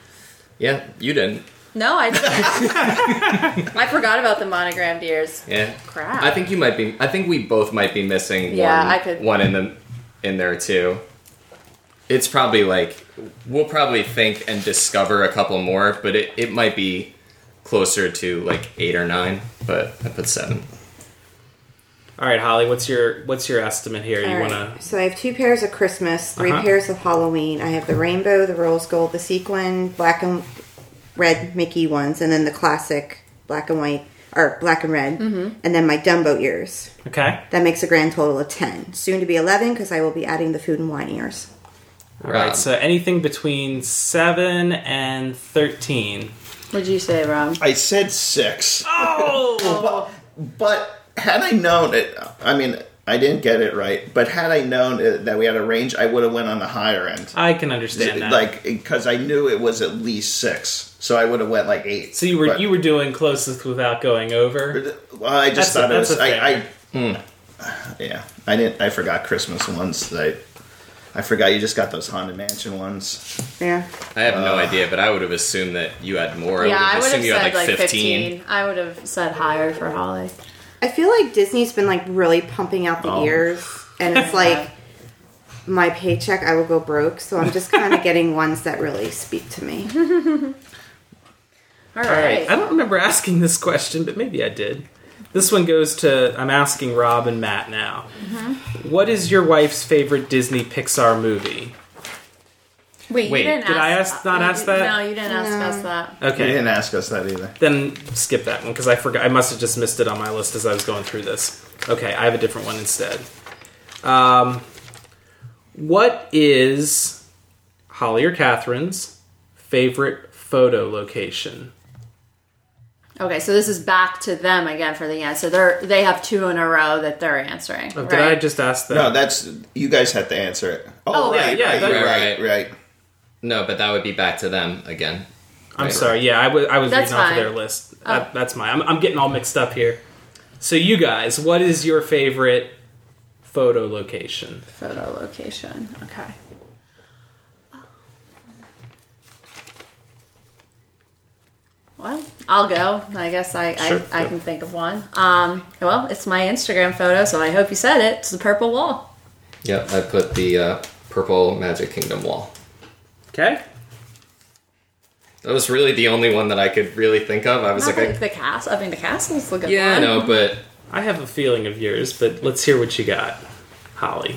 Speaker 5: yeah. You didn't.
Speaker 1: No, I I forgot about the monogrammed ears.
Speaker 5: Yeah.
Speaker 1: Crap.
Speaker 5: I think you might be. I think we both might be missing.
Speaker 1: Yeah,
Speaker 5: one,
Speaker 1: I could-
Speaker 5: one in the in there too. It's probably like we'll probably think and discover a couple more, but it, it might be closer to like eight or nine. But I put seven.
Speaker 2: All right, Holly, what's your what's your estimate here? you
Speaker 3: All right.
Speaker 2: want to?
Speaker 3: So I have two pairs of Christmas, 3
Speaker 2: Uh-huh.
Speaker 3: pairs of Halloween. I have the rainbow, the rose gold, the sequin, black and red Mickey ones, and then the classic black and white or black and red, and then my Dumbo ears.
Speaker 2: Okay.
Speaker 3: That makes a grand total of ten. Soon to be eleven because I will be adding the food and wine ears.
Speaker 2: All right.
Speaker 5: Um,
Speaker 2: So anything between seven and thirteen.
Speaker 1: What'd you say, Rob?
Speaker 4: I said six.
Speaker 2: Oh,
Speaker 4: But had I known it, I mean, I didn't get it right. But had I known it, that we had a range, I would have went on the higher end,
Speaker 2: I can understand that.
Speaker 4: like because I knew it was at least six, so I would have went like eight.
Speaker 2: so you were
Speaker 4: But-
Speaker 2: you were doing closest without going over.
Speaker 4: Well, I just
Speaker 2: That's a-
Speaker 4: thought it
Speaker 2: that's
Speaker 4: was.
Speaker 2: a
Speaker 4: I, I yeah, I didn't. I forgot Christmas ones. That I, I forgot you just got those Haunted Mansion ones.
Speaker 3: Yeah.
Speaker 5: I have
Speaker 2: uh,
Speaker 5: no idea, but I would have assumed that you had more.
Speaker 1: yeah, I
Speaker 5: I
Speaker 1: would
Speaker 5: would have
Speaker 1: have
Speaker 5: assumed you
Speaker 1: said
Speaker 5: had
Speaker 1: like,
Speaker 5: like,
Speaker 1: 15.
Speaker 5: 15.
Speaker 1: I would have said higher for Holly.
Speaker 3: I feel like Disney's been like really pumping out the
Speaker 4: Oh.
Speaker 3: ears, and it's like my paycheck, I will go broke. So I'm just kind of getting ones that really speak to me.
Speaker 1: All
Speaker 2: All right.
Speaker 1: right.
Speaker 2: I don't remember asking this question, but maybe I did. This one goes to I'm asking Rob and Matt now. What is your wife's favorite Disney Pixar movie?
Speaker 1: Wait,
Speaker 5: Wait,
Speaker 1: you didn't
Speaker 2: did
Speaker 1: ask,
Speaker 2: I ask- not
Speaker 1: you
Speaker 2: ask
Speaker 1: did-
Speaker 2: that?
Speaker 1: No, you didn't ask
Speaker 3: No.
Speaker 1: us that.
Speaker 4: You
Speaker 2: Okay.
Speaker 4: didn't ask us that either.
Speaker 2: Then skip that one because I forgot. I must have just missed it on my list as I was going through this. Okay, I have a different one instead. Um, what is Holly or Catherine's favorite photo location?
Speaker 1: Okay, so this is back to them again for the answer. They're they have two in a row that they're answering.
Speaker 2: Oh,
Speaker 1: right?
Speaker 2: Did I just ask that?
Speaker 4: No, that's you guys had to answer it. Oh,
Speaker 1: Oh,
Speaker 4: right,
Speaker 2: yeah,
Speaker 4: right,
Speaker 2: yeah,
Speaker 4: right,
Speaker 5: that-
Speaker 4: right, right.
Speaker 5: No, but that would be back to them again.
Speaker 2: I'm sorry. Yeah, I wa- I was
Speaker 1: That's
Speaker 2: reading off of
Speaker 1: fine.
Speaker 2: their list. That, that's mine. I'm, I'm getting all mixed up here. So, you guys, what is your favorite photo location?
Speaker 1: photo location? Okay. Well, I'll go. I guess I
Speaker 2: Sure.
Speaker 1: I, I can think of one. Um, well, it's my Instagram photo, so I hope you said it. It's the purple wall.
Speaker 5: Yep, I put the uh, purple Magic Kingdom wall.
Speaker 2: Okay.
Speaker 5: That was really the only one that I could really think of. I was
Speaker 1: Not
Speaker 5: like,
Speaker 1: like
Speaker 5: I,
Speaker 1: the castle. I mean, the castle's the good
Speaker 5: yeah, I
Speaker 1: one.
Speaker 5: know, but
Speaker 2: I have a feeling of yours, but let's hear what you got, Holly.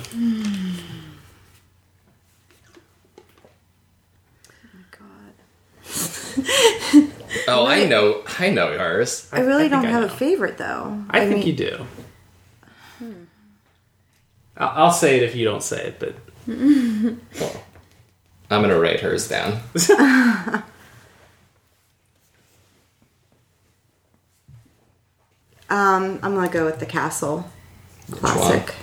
Speaker 3: God.
Speaker 5: oh, I know, I know yours.
Speaker 3: I really
Speaker 2: think
Speaker 3: don't
Speaker 2: I
Speaker 3: have a
Speaker 2: know.
Speaker 3: favorite though.
Speaker 2: I, think
Speaker 3: mean,
Speaker 2: you do. I- I'll say it if you don't say it, but
Speaker 5: I'm gonna write hers down.
Speaker 3: Um, I'm gonna go with the castle. Classic.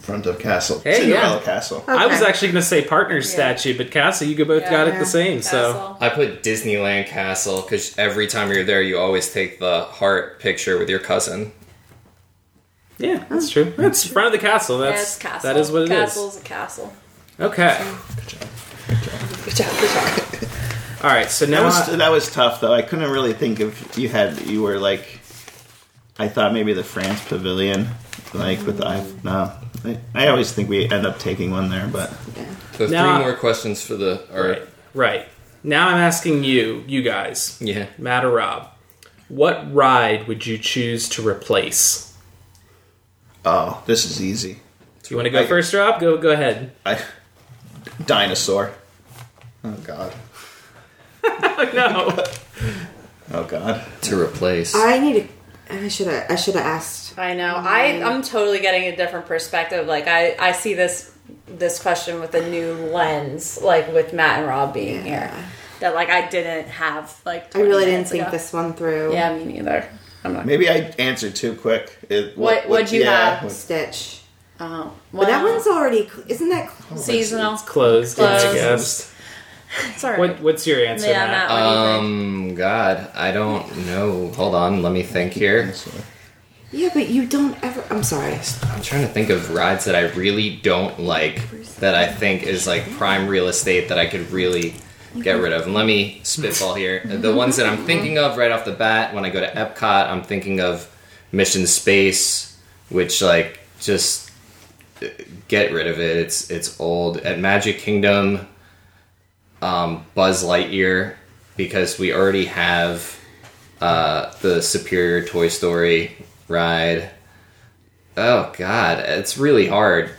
Speaker 4: Front of castle.
Speaker 2: Hey,
Speaker 4: Cinderella
Speaker 2: yeah. Oh.
Speaker 4: castle.
Speaker 2: I was
Speaker 3: Okay.
Speaker 2: actually going to say partner statue, but Cassie, you both got it
Speaker 3: Yeah.
Speaker 2: the same. So
Speaker 1: Castle.
Speaker 5: I put Disneyland Castle because every time you're there, you always take the heart picture with your cousin.
Speaker 2: yeah, that's true. That's front of the castle.
Speaker 1: Yeah,
Speaker 2: That's
Speaker 1: it's castle.
Speaker 2: that is what it is.
Speaker 1: Castle's a castle.
Speaker 2: Okay.
Speaker 1: Good job. Good job.
Speaker 2: All right. So
Speaker 4: That
Speaker 2: now I-
Speaker 4: was that was tough though. I couldn't really think of you had you were like. I thought maybe the France Pavilion, like with the I no. I, I always think we end up taking one there, but
Speaker 5: So
Speaker 2: Now I-
Speaker 5: three more questions for the. Or,
Speaker 2: Right. Right. Now I'm asking you, you guys,
Speaker 5: Yeah.
Speaker 2: Matt or Rob, what ride would you choose to replace?
Speaker 4: oh, this is easy.
Speaker 2: Do you want to go
Speaker 4: I-
Speaker 2: first, Rob? Go go ahead.
Speaker 4: I dinosaur. Oh god.
Speaker 2: No.
Speaker 4: Oh god.
Speaker 5: To replace.
Speaker 3: I need to. I should have. I should have asked.
Speaker 1: I know. I I'm totally getting a different perspective. Like I I see this this question with a new lens. Like with Matt and Rob being
Speaker 3: Yeah.
Speaker 1: here, that like I didn't have like.
Speaker 3: I
Speaker 1: 20
Speaker 3: really didn't
Speaker 1: minutes
Speaker 3: think
Speaker 1: ago.
Speaker 3: this one through.
Speaker 1: Yeah, me neither. I'm not.
Speaker 4: Maybe I answered too quick. It,
Speaker 1: What- what'd you have?
Speaker 4: what-
Speaker 3: Stitch.
Speaker 1: Oh,
Speaker 3: But
Speaker 1: well,
Speaker 3: that one's already. cl- Isn't that? Cl-
Speaker 1: seasonal.
Speaker 2: It's closed, I
Speaker 1: Closed.
Speaker 2: guess.
Speaker 1: Sorry.
Speaker 2: What what's your answer?
Speaker 1: yeah,
Speaker 2: Matt?
Speaker 1: Matt, what do you think?
Speaker 5: Um, God, I don't know. Hold on, let me think here.
Speaker 4: Dinosaur.
Speaker 3: yeah, but you don't ever. I'm sorry.
Speaker 5: I'm trying to think of rides that I really don't like that I think is like prime real estate that I could really get rid of. And let me spitball here. Uh, The ones that I'm thinking of right off the bat when I go to Epcot, I'm thinking of Mission Space, which like just uh, get rid of it. It's it's old. At Magic Kingdom, um, Buzz Lightyear because we already have uh, the Superior Toy Story ride. Oh God, it's really hard.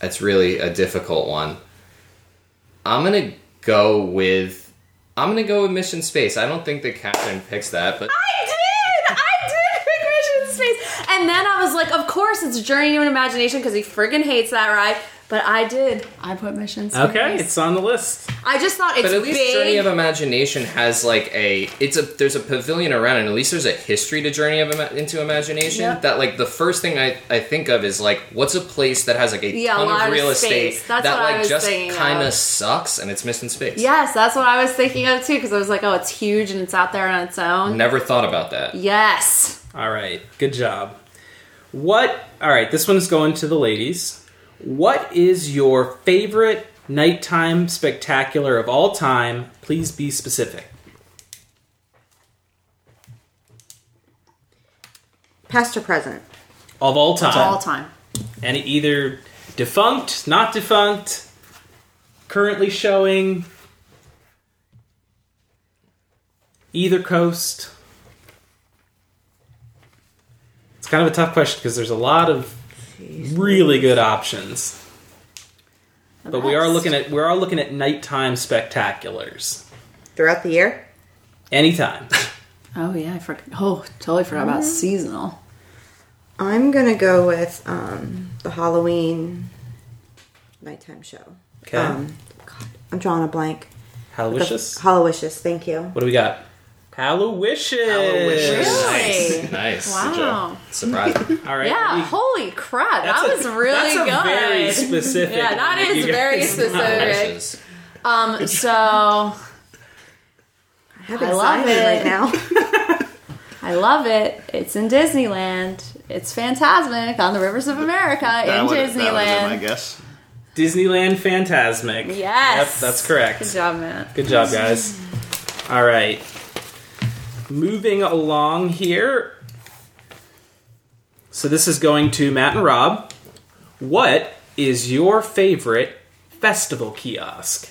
Speaker 5: It's really a difficult one. I'm gonna go with I'm gonna go with Mission Space. I don't think the captain picks that, but
Speaker 1: I did! I did pick Mission Space! And then I was like, of course it's Journey to Imagination because he friggin' hates that ride. But I did. I put Mission Space.
Speaker 2: Okay, it's on the list.
Speaker 1: I just thought it's
Speaker 5: but at least
Speaker 1: big.
Speaker 5: Journey of Imagination has like a it's a there's a pavilion around, and at least there's a history to Journey of Ima- into Imagination.
Speaker 1: Yep.
Speaker 5: That like the first thing I, I think of is like what's a place that has like a
Speaker 1: Yeah, a
Speaker 5: ton
Speaker 1: lot
Speaker 5: of
Speaker 1: of
Speaker 5: real
Speaker 1: space.
Speaker 5: estate
Speaker 1: That's
Speaker 5: that
Speaker 1: what I
Speaker 5: like
Speaker 1: was
Speaker 5: just
Speaker 1: thinking
Speaker 5: kind
Speaker 1: of.
Speaker 5: of sucks, and it's Mission Space.
Speaker 1: yes, that's what I was thinking of too because I was like, oh, it's huge and it's out there on its own.
Speaker 5: never thought about that.
Speaker 1: Yes.
Speaker 2: All right, good job. What? All right, this one's going to the ladies. What is your favorite nighttime spectacular of all time? Please be specific.
Speaker 3: Past or present?
Speaker 2: Of all time,
Speaker 1: All time.
Speaker 2: and either defunct, not defunct, currently showing, either coast. It's kind of a tough question because there's a lot of really good options. But we are looking at we are looking at nighttime spectaculars.
Speaker 3: Throughout the year?
Speaker 2: Anytime.
Speaker 1: Oh, yeah, I forgot. Oh, totally forgot about seasonal.
Speaker 3: I'm gonna go with um, the Halloween nighttime show.
Speaker 2: Okay.
Speaker 3: Um, God, I'm drawing a blank.
Speaker 2: Hallowishes.
Speaker 3: Hallowishes. Thank you.
Speaker 2: What do we got? Hallowishes.
Speaker 5: Hallowishes.
Speaker 1: Really?
Speaker 5: Nice.
Speaker 1: Wow.
Speaker 5: Good job. Surprise.
Speaker 2: All right.
Speaker 1: Yeah,
Speaker 2: we-
Speaker 1: holy crap.
Speaker 2: that's
Speaker 1: That
Speaker 2: a-
Speaker 1: was really
Speaker 2: that's a
Speaker 1: good.
Speaker 2: very specific.
Speaker 1: yeah, that
Speaker 2: one
Speaker 1: is
Speaker 2: you
Speaker 1: very
Speaker 2: guys-
Speaker 1: specific.
Speaker 5: Delicious.
Speaker 1: Um, so
Speaker 3: I have
Speaker 1: love
Speaker 3: anxiety
Speaker 1: it.
Speaker 3: right now.
Speaker 1: I love it. It's in Disneyland. It's Fantasmic on the Rivers of America
Speaker 4: That
Speaker 1: in
Speaker 4: would- that would've been my
Speaker 1: Disneyland.
Speaker 4: guess.
Speaker 2: Disneyland Fantasmic.
Speaker 1: Yes.
Speaker 2: Yep, that's
Speaker 1: Good
Speaker 2: correct.
Speaker 1: job, Matt.
Speaker 2: Good job, guys. All right. Moving along here. So this is going to Matt and Rob. What is your favorite festival kiosk?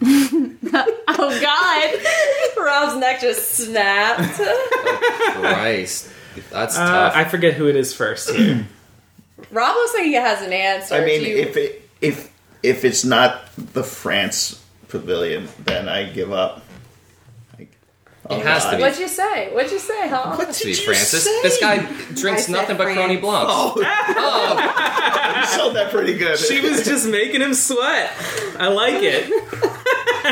Speaker 1: Oh God! Rob's neck just snapped.
Speaker 5: Christ, that's
Speaker 2: Uh,
Speaker 5: tough.
Speaker 2: I forget who it is first here.
Speaker 1: Rob looks like he has an answer.
Speaker 4: I mean,
Speaker 1: Do you-
Speaker 4: if it if if it's not the France pavilion, then I give up. Like, oh,
Speaker 5: It has to be.
Speaker 1: what'd you say? What'd you say, huh?
Speaker 5: See,
Speaker 4: did you
Speaker 5: Francis,
Speaker 4: say? Oh.
Speaker 5: this guy
Speaker 3: I
Speaker 5: drinks
Speaker 3: said
Speaker 5: nothing but Crony
Speaker 3: France.
Speaker 5: Blancs. Oh,
Speaker 4: You sold that pretty good.
Speaker 2: she was just making him sweat. I like it.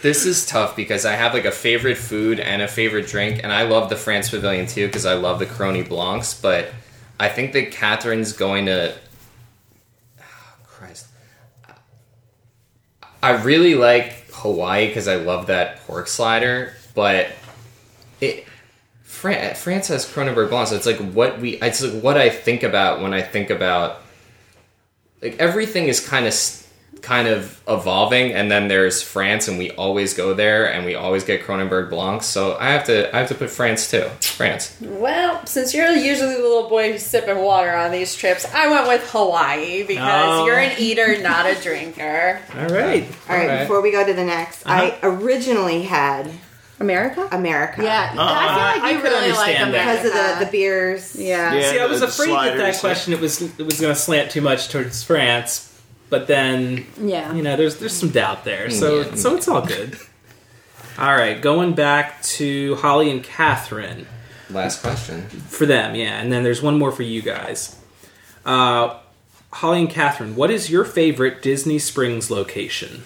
Speaker 5: This is tough because I have like a favorite food and a favorite drink, and I love the France Pavilion too because I love the Crony Blancs. But I think that Catherine's going to. Oh, Christ, I really like Hawaii because I love that pork slider, but it. Fran- France has Cronenberg Blancs. It's like what we. It's like what I think about when I think about. Like everything is kind of kind of evolving and then there's France and we always go there and we always get Cronenberg Blancs. So I have to I have to put France too. France.
Speaker 1: Well, since you're usually the little boy who's sipping water on these trips, I went with Hawaii because
Speaker 2: Oh.
Speaker 1: you're an eater, not a drinker.
Speaker 2: All right.
Speaker 3: All right,
Speaker 5: All right.
Speaker 3: before we go to the next, I
Speaker 2: Uh-huh.
Speaker 3: originally had
Speaker 1: America?
Speaker 3: America.
Speaker 1: Yeah, I feel
Speaker 2: Oh, I
Speaker 1: like you
Speaker 2: could
Speaker 1: really like
Speaker 2: understand that.
Speaker 1: America.
Speaker 3: Because of the, the beers.
Speaker 1: yeah.
Speaker 4: Yeah.
Speaker 2: See, I
Speaker 4: the-
Speaker 2: was
Speaker 4: uh, the
Speaker 2: afraid that that
Speaker 4: sliders.
Speaker 2: question it was it was going to slant too much towards France, but then
Speaker 1: Yeah.
Speaker 2: you know there's there's some doubt there, so
Speaker 5: Yeah.
Speaker 2: so it's all good. All right, going back to Holly and Catherine
Speaker 5: Last question.
Speaker 2: for them, yeah, and then there's one more for you guys. Uh, Holly and Catherine, what is your favorite Disney Springs location?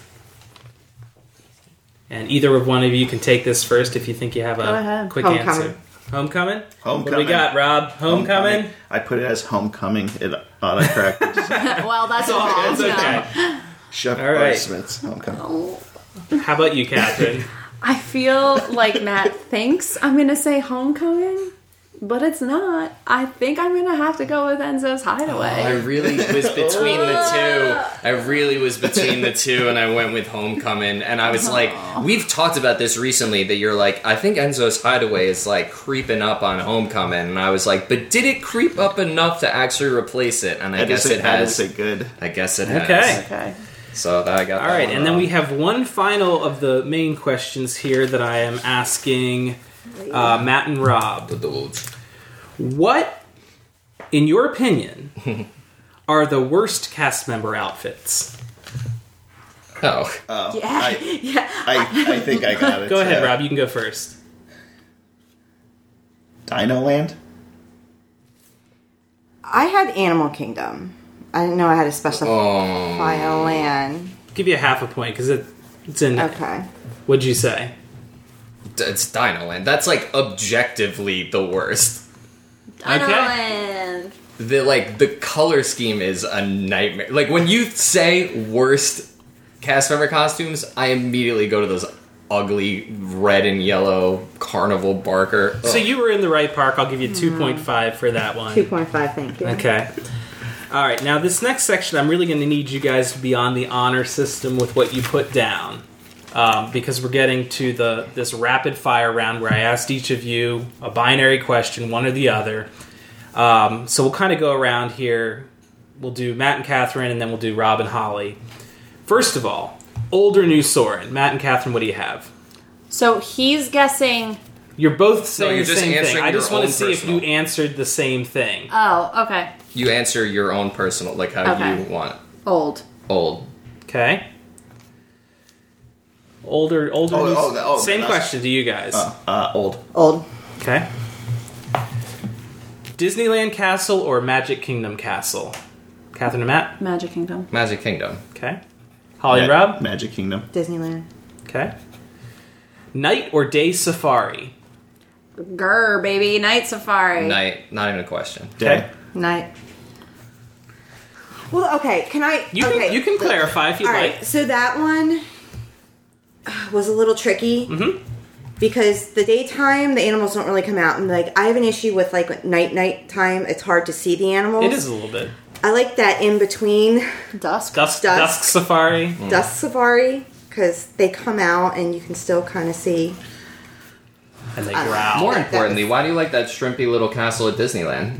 Speaker 2: And either of one of you can take this first if you think you have
Speaker 3: Go
Speaker 2: a
Speaker 3: ahead.
Speaker 2: quick
Speaker 3: Homecoming.
Speaker 2: answer. Homecoming. What do we
Speaker 4: Homecoming.
Speaker 2: got, Rob? Homecoming.
Speaker 4: I put it as homecoming. It autocorrected.
Speaker 1: Well, that's all.
Speaker 2: It's okay.
Speaker 4: Chef
Speaker 2: All right.
Speaker 4: Bar Smith's homecoming.
Speaker 2: How about you, Catherine?
Speaker 1: I feel like Matt thinks I'm gonna say homecoming, but it's not. I think I'm gonna have to go with Enzo's
Speaker 2: Oh.
Speaker 5: I
Speaker 1: Hideaway.
Speaker 5: really was between the two. I really was between the two and I went with Homecoming and I was like we've talked about this recently that you're like I think Enzo's Hideaway is like creeping up on Homecoming and I was like but did it creep up enough to actually replace it and I
Speaker 4: That
Speaker 5: guess
Speaker 4: is a-
Speaker 5: it
Speaker 4: that is
Speaker 5: has.
Speaker 4: a good.
Speaker 5: I guess it has.
Speaker 2: Okay.
Speaker 1: okay.
Speaker 5: So that I got
Speaker 2: All right, and then we have one final of the main questions here that I am asking uh, Matt and Rob. What, in your opinion, are the worst cast member outfits?
Speaker 5: Oh.
Speaker 4: Oh,
Speaker 1: Yeah.
Speaker 4: I,
Speaker 1: yeah.
Speaker 4: I, I think I got it.
Speaker 2: Go ahead,
Speaker 4: Uh,
Speaker 2: Rob. You can go first.
Speaker 4: Dino Land.
Speaker 3: I had Animal Kingdom. I didn't know I had a special
Speaker 5: Oh.
Speaker 3: violin.
Speaker 2: Give you a half a point because it, it's in.
Speaker 3: Okay.
Speaker 2: What'd you say?
Speaker 5: D- It's Dino Land. That's like objectively the worst.
Speaker 1: Ireland.
Speaker 5: The like the color scheme is a nightmare. Like when you say worst cast member costumes, I immediately go to those ugly red and yellow carnival barker.
Speaker 2: So
Speaker 5: Ugh.
Speaker 2: you were in the right park. I'll give you two point five for that one.
Speaker 3: 2.5, thank you.
Speaker 2: Okay. All right. Now this next section, I'm really going to need you guys to be on the honor system with what you put down, um, because we're getting to the this rapid fire round where I asked each of you a binary question, one or the other. Um, so we'll kind of go around here. We'll do Matt and Catherine, and then we'll do Rob and Holly. First of all, old or new Soren? Matt and Catherine, what do you have?
Speaker 1: So he's guessing.
Speaker 2: You're both saying
Speaker 5: you're
Speaker 2: the
Speaker 5: just
Speaker 2: same thing.
Speaker 5: answering
Speaker 2: I
Speaker 5: your
Speaker 2: just want
Speaker 5: own
Speaker 2: to see
Speaker 5: personal.
Speaker 2: if you answered the same thing.
Speaker 1: Oh, okay.
Speaker 5: you answer your own personal like how
Speaker 1: Okay.
Speaker 5: you want.
Speaker 1: Old.
Speaker 5: Old.
Speaker 2: Okay. Older, older.
Speaker 4: Oh, oh, the- oh,
Speaker 2: same
Speaker 4: that's-
Speaker 2: question to you guys.
Speaker 4: Uh, uh, old.
Speaker 3: Old.
Speaker 2: Okay. Disneyland Castle or Magic Kingdom Castle? Catherine and Matt.
Speaker 1: Magic Kingdom.
Speaker 5: Magic Kingdom.
Speaker 2: Okay. Holly and
Speaker 4: Ma-
Speaker 2: Rob.
Speaker 4: Magic Kingdom.
Speaker 3: Disneyland.
Speaker 2: Okay. Night or day safari?
Speaker 1: Grr, baby. Night Safari.
Speaker 5: Night. Not even a question.
Speaker 2: Okay.
Speaker 4: Day.
Speaker 3: Night. Well, okay. Can I?
Speaker 2: You can
Speaker 3: okay.
Speaker 2: you can clarify if you'd
Speaker 3: All right.
Speaker 2: like.
Speaker 3: So that one uh, was a little tricky because the daytime the animals don't really come out, and like I have an issue with like night night time. It's hard to see the animals.
Speaker 2: It is a little bit
Speaker 3: I like that in between
Speaker 1: Dusk.
Speaker 2: dusk dusk,
Speaker 3: Dusk.
Speaker 2: safari.
Speaker 3: dusk safari because they come out and you can still kind of see.
Speaker 2: And they growl.
Speaker 5: More
Speaker 3: That- that
Speaker 5: importantly, why do you like that shrimpy little castle at Disneyland?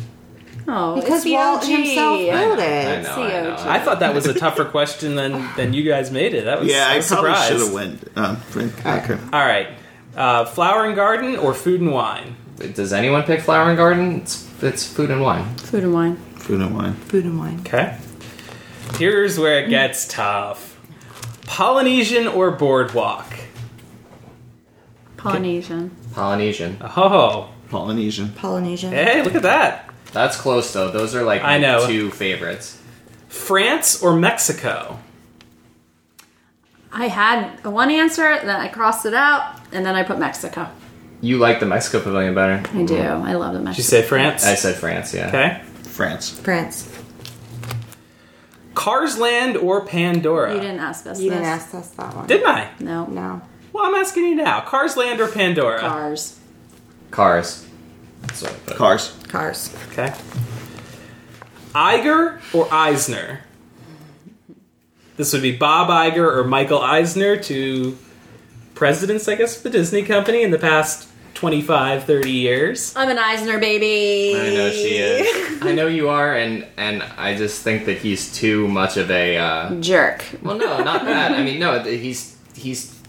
Speaker 1: Oh,
Speaker 3: Because
Speaker 1: it's
Speaker 3: Walt
Speaker 1: COG.
Speaker 3: himself
Speaker 5: I
Speaker 3: built
Speaker 5: know, I
Speaker 3: it.
Speaker 5: know, I know.
Speaker 1: COG.
Speaker 2: I thought that was a tougher question than than you guys made it. That was
Speaker 4: Yeah, I
Speaker 2: I'm
Speaker 4: probably
Speaker 2: surprised.
Speaker 4: should have went um, Frank Cochran.
Speaker 2: All right, uh, flower and garden or food and wine?
Speaker 5: Does anyone pick Flower and Garden? It's, it's food and wine.
Speaker 1: Food and wine.
Speaker 4: Food and wine.
Speaker 3: Food and wine.
Speaker 2: Okay, here's where it gets tough: Polynesian or boardwalk?
Speaker 1: Polynesian.
Speaker 5: Polynesian.
Speaker 2: Oh,
Speaker 4: Polynesian.
Speaker 3: Polynesian.
Speaker 2: hey, look at that!
Speaker 5: That's close though. Those are like
Speaker 2: I
Speaker 5: my
Speaker 2: know.
Speaker 5: two favorites.
Speaker 2: France or Mexico?
Speaker 1: I had one answer, then I crossed it out, and then I put Mexico.
Speaker 5: You like the Mexico Pavilion better?
Speaker 1: I do. I love the
Speaker 2: Did you
Speaker 1: Mexico.
Speaker 2: say France?
Speaker 5: I said France, yeah.
Speaker 2: Okay.
Speaker 4: France.
Speaker 3: France.
Speaker 2: Cars Land or Pandora?
Speaker 1: You didn't ask us.
Speaker 3: You
Speaker 1: this.
Speaker 3: didn't ask us that one.
Speaker 2: Didn't I?
Speaker 1: No.
Speaker 3: no.
Speaker 2: Well, I'm asking you now. Cars Land or Pandora?
Speaker 1: Cars.
Speaker 5: Cars. That's what I put.
Speaker 4: Cars.
Speaker 3: Cars.
Speaker 2: Okay. Iger or Eisner? This would be Bob Iger or Michael Eisner, two presidents, I guess, of the Disney company in the past 25, 30 years.
Speaker 1: I'm an Eisner baby.
Speaker 5: I know she is. I know you are, and and I just think that he's too much of a. Uh,
Speaker 1: Jerk.
Speaker 5: well, no, not that. I mean, no, th- he's he's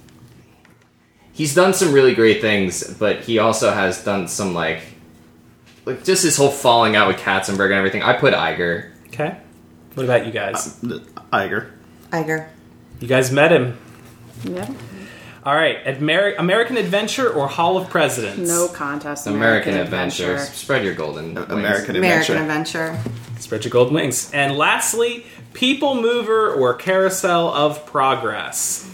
Speaker 5: he's done some really great things, but he also has done some like like just his whole falling out with Katzenberg and everything. I put Iger.
Speaker 2: Okay. What about you guys?
Speaker 4: The- Iger.
Speaker 3: Iger.
Speaker 2: You guys met him.
Speaker 1: Yeah.
Speaker 2: All right. Amer- American Adventure or Hall of Presidents?
Speaker 1: No contest.
Speaker 5: American, Adventure. Spread your golden. wings.
Speaker 4: American Adventure.
Speaker 3: American Adventure.
Speaker 2: Spread your golden wings. And lastly, People Mover or Carousel of Progress?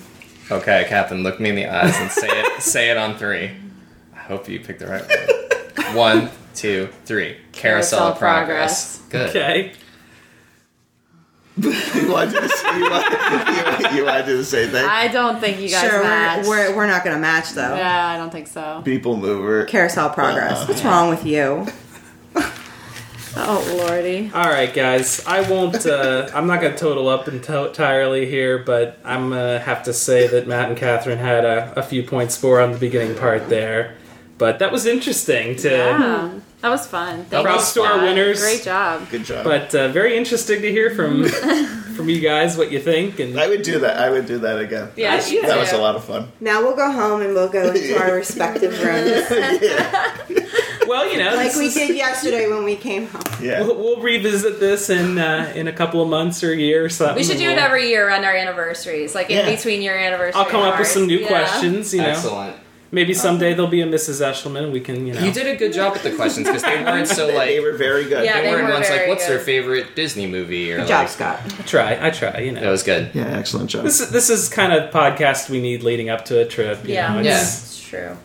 Speaker 5: Okay, Captain, look me in the eyes and say it. say it on three. I hope you picked the right one. One, two, three. Carousel,
Speaker 1: Carousel
Speaker 5: of progress. Good.
Speaker 2: Okay.
Speaker 4: you want to do the same- you want- you want to do the same thing?
Speaker 1: I don't think you guys
Speaker 3: Sure,
Speaker 1: match.
Speaker 3: we're, we're, we're not going to match though.
Speaker 1: yeah, I don't think so.
Speaker 4: People mover.
Speaker 3: Carousel progress. What's wrong with you?
Speaker 1: Oh lordy.
Speaker 2: All right, guys. I won't. Uh, I'm not going to total up enti- entirely here, but I'm going to have to say that Matt and Catherine had a, a few points for on the beginning part there. But that was interesting to.
Speaker 1: Yeah, Um, that was fun. Thank
Speaker 2: Props
Speaker 1: you,
Speaker 2: to our
Speaker 1: Scott.
Speaker 2: winners.
Speaker 1: Great job.
Speaker 4: Good job.
Speaker 2: But uh, very interesting to hear from from you guys what you think and
Speaker 4: I would do that. I would do that again.
Speaker 1: Yeah,
Speaker 4: that,
Speaker 1: you
Speaker 4: was, that
Speaker 1: do.
Speaker 4: was a lot of fun.
Speaker 3: Now we'll go home and we'll go into our respective rooms
Speaker 2: well you know
Speaker 3: like
Speaker 2: this
Speaker 3: we
Speaker 2: is-
Speaker 3: did yesterday when we came home.
Speaker 4: Yeah.
Speaker 2: We'll, we'll revisit this in uh, in a couple of months or a year or something.
Speaker 1: We should do it
Speaker 2: We'll-
Speaker 1: every year on our anniversaries, like
Speaker 4: Yeah.
Speaker 1: in between your anniversary.
Speaker 2: I'll come
Speaker 1: and
Speaker 2: up with
Speaker 1: ours.
Speaker 2: some new
Speaker 1: Yeah.
Speaker 2: questions. You know,
Speaker 5: Excellent.
Speaker 2: maybe someday there'll be a Mrs. Eshelman. We can you know.
Speaker 5: You did a good job with the questions because they weren't so
Speaker 4: They- they
Speaker 5: like.
Speaker 4: were very good.
Speaker 1: Yeah.
Speaker 5: They
Speaker 1: They
Speaker 5: weren't
Speaker 1: were
Speaker 5: ones like,
Speaker 1: very
Speaker 5: what's their
Speaker 1: good.
Speaker 5: favorite Disney movie? Or
Speaker 3: Good job,
Speaker 5: like,
Speaker 3: Scott.
Speaker 2: I try. I try. You know.
Speaker 5: That was good.
Speaker 4: Yeah, excellent job.
Speaker 2: This this is kind of podcast we need leading up to a trip. You
Speaker 1: Yeah.
Speaker 2: know, it's-
Speaker 1: It's true.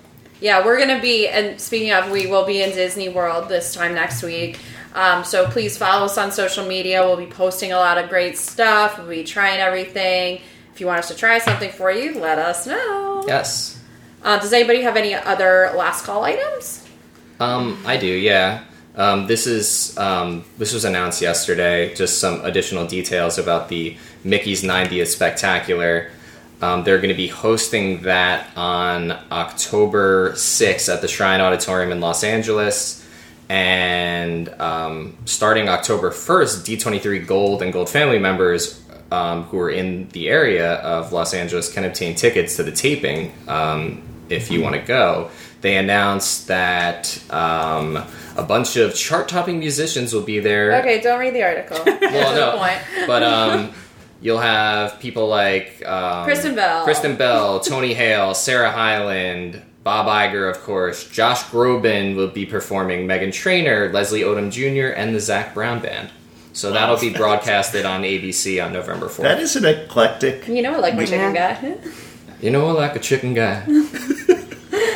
Speaker 1: Yeah, we're gonna be, and speaking of, we will be in Disney World this time next week. Um, so please follow us on social media. We'll be posting a lot of great stuff. We'll be trying everything. If you want us to try something for you, let us know.
Speaker 5: Yes.
Speaker 1: Uh, does anybody have any other last call items?
Speaker 5: Um, I do, yeah. Um, this is um, this was announced yesterday. Just some additional details about the Mickey's 90th Spectacular. Um, they're going to be hosting that on October 6th at the Shrine Auditorium in Los Angeles. And um, starting October 1st, D23 Gold and Gold Family members um, who are in the area of Los Angeles can obtain tickets to the taping um, if you want to go. They announced that um, a bunch of chart topping musicians will be there.
Speaker 1: Okay, don't read the article. Get
Speaker 5: Well,
Speaker 1: to the point.
Speaker 5: no. But um, you'll have people like um,
Speaker 1: Kristen Bell.
Speaker 5: Kristen Bell, Tony Hale, Sarah Hyland, Bob Iger, of course. Josh Groban will be performing. Megan Trainer, Leslie Odom Jr., and the Zach Brown Band. So that'll be broadcasted on ABC on November
Speaker 4: that
Speaker 5: fourth.
Speaker 4: is an eclectic.
Speaker 1: You know, I like my chicken guy.
Speaker 5: You know, I like a chicken guy.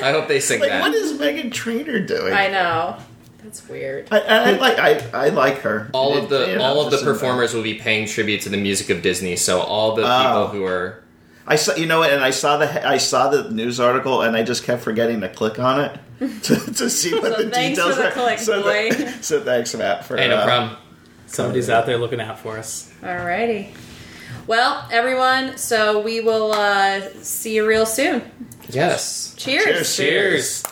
Speaker 5: I hope they sing
Speaker 4: Like,
Speaker 5: that.
Speaker 4: what is Megan Trainer doing?
Speaker 1: I know. That's weird.
Speaker 4: I, I, I like I, I like her.
Speaker 5: all of the
Speaker 4: Yeah,
Speaker 5: all of the
Speaker 4: just in-
Speaker 5: performers will be paying tribute to the music of Disney. So all the
Speaker 4: Oh.
Speaker 5: people who are
Speaker 4: I saw you know what, and I saw the I saw the news article, and I just kept forgetting to click on it to, to see what
Speaker 1: So
Speaker 4: the
Speaker 1: thanks
Speaker 4: details
Speaker 1: for the
Speaker 4: are.
Speaker 1: click,
Speaker 4: so,
Speaker 1: boy.
Speaker 4: th- so thanks, Matt, for
Speaker 5: ain't no
Speaker 4: uh,
Speaker 5: problem.
Speaker 2: somebody's out there looking out for us.
Speaker 1: Alrighty. Well, everyone, so we will uh, see you real soon.
Speaker 5: Yes.
Speaker 1: Cheers.
Speaker 4: Cheers.
Speaker 2: Cheers.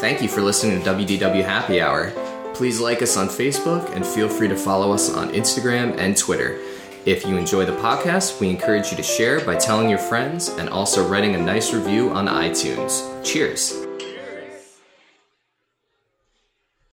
Speaker 5: Thank you for listening to WDW Happy Hour. Please like us on Facebook and feel free to follow us on Instagram and Twitter. If you enjoy the podcast, we encourage you to share by telling your friends and also writing a nice review on iTunes. Cheers.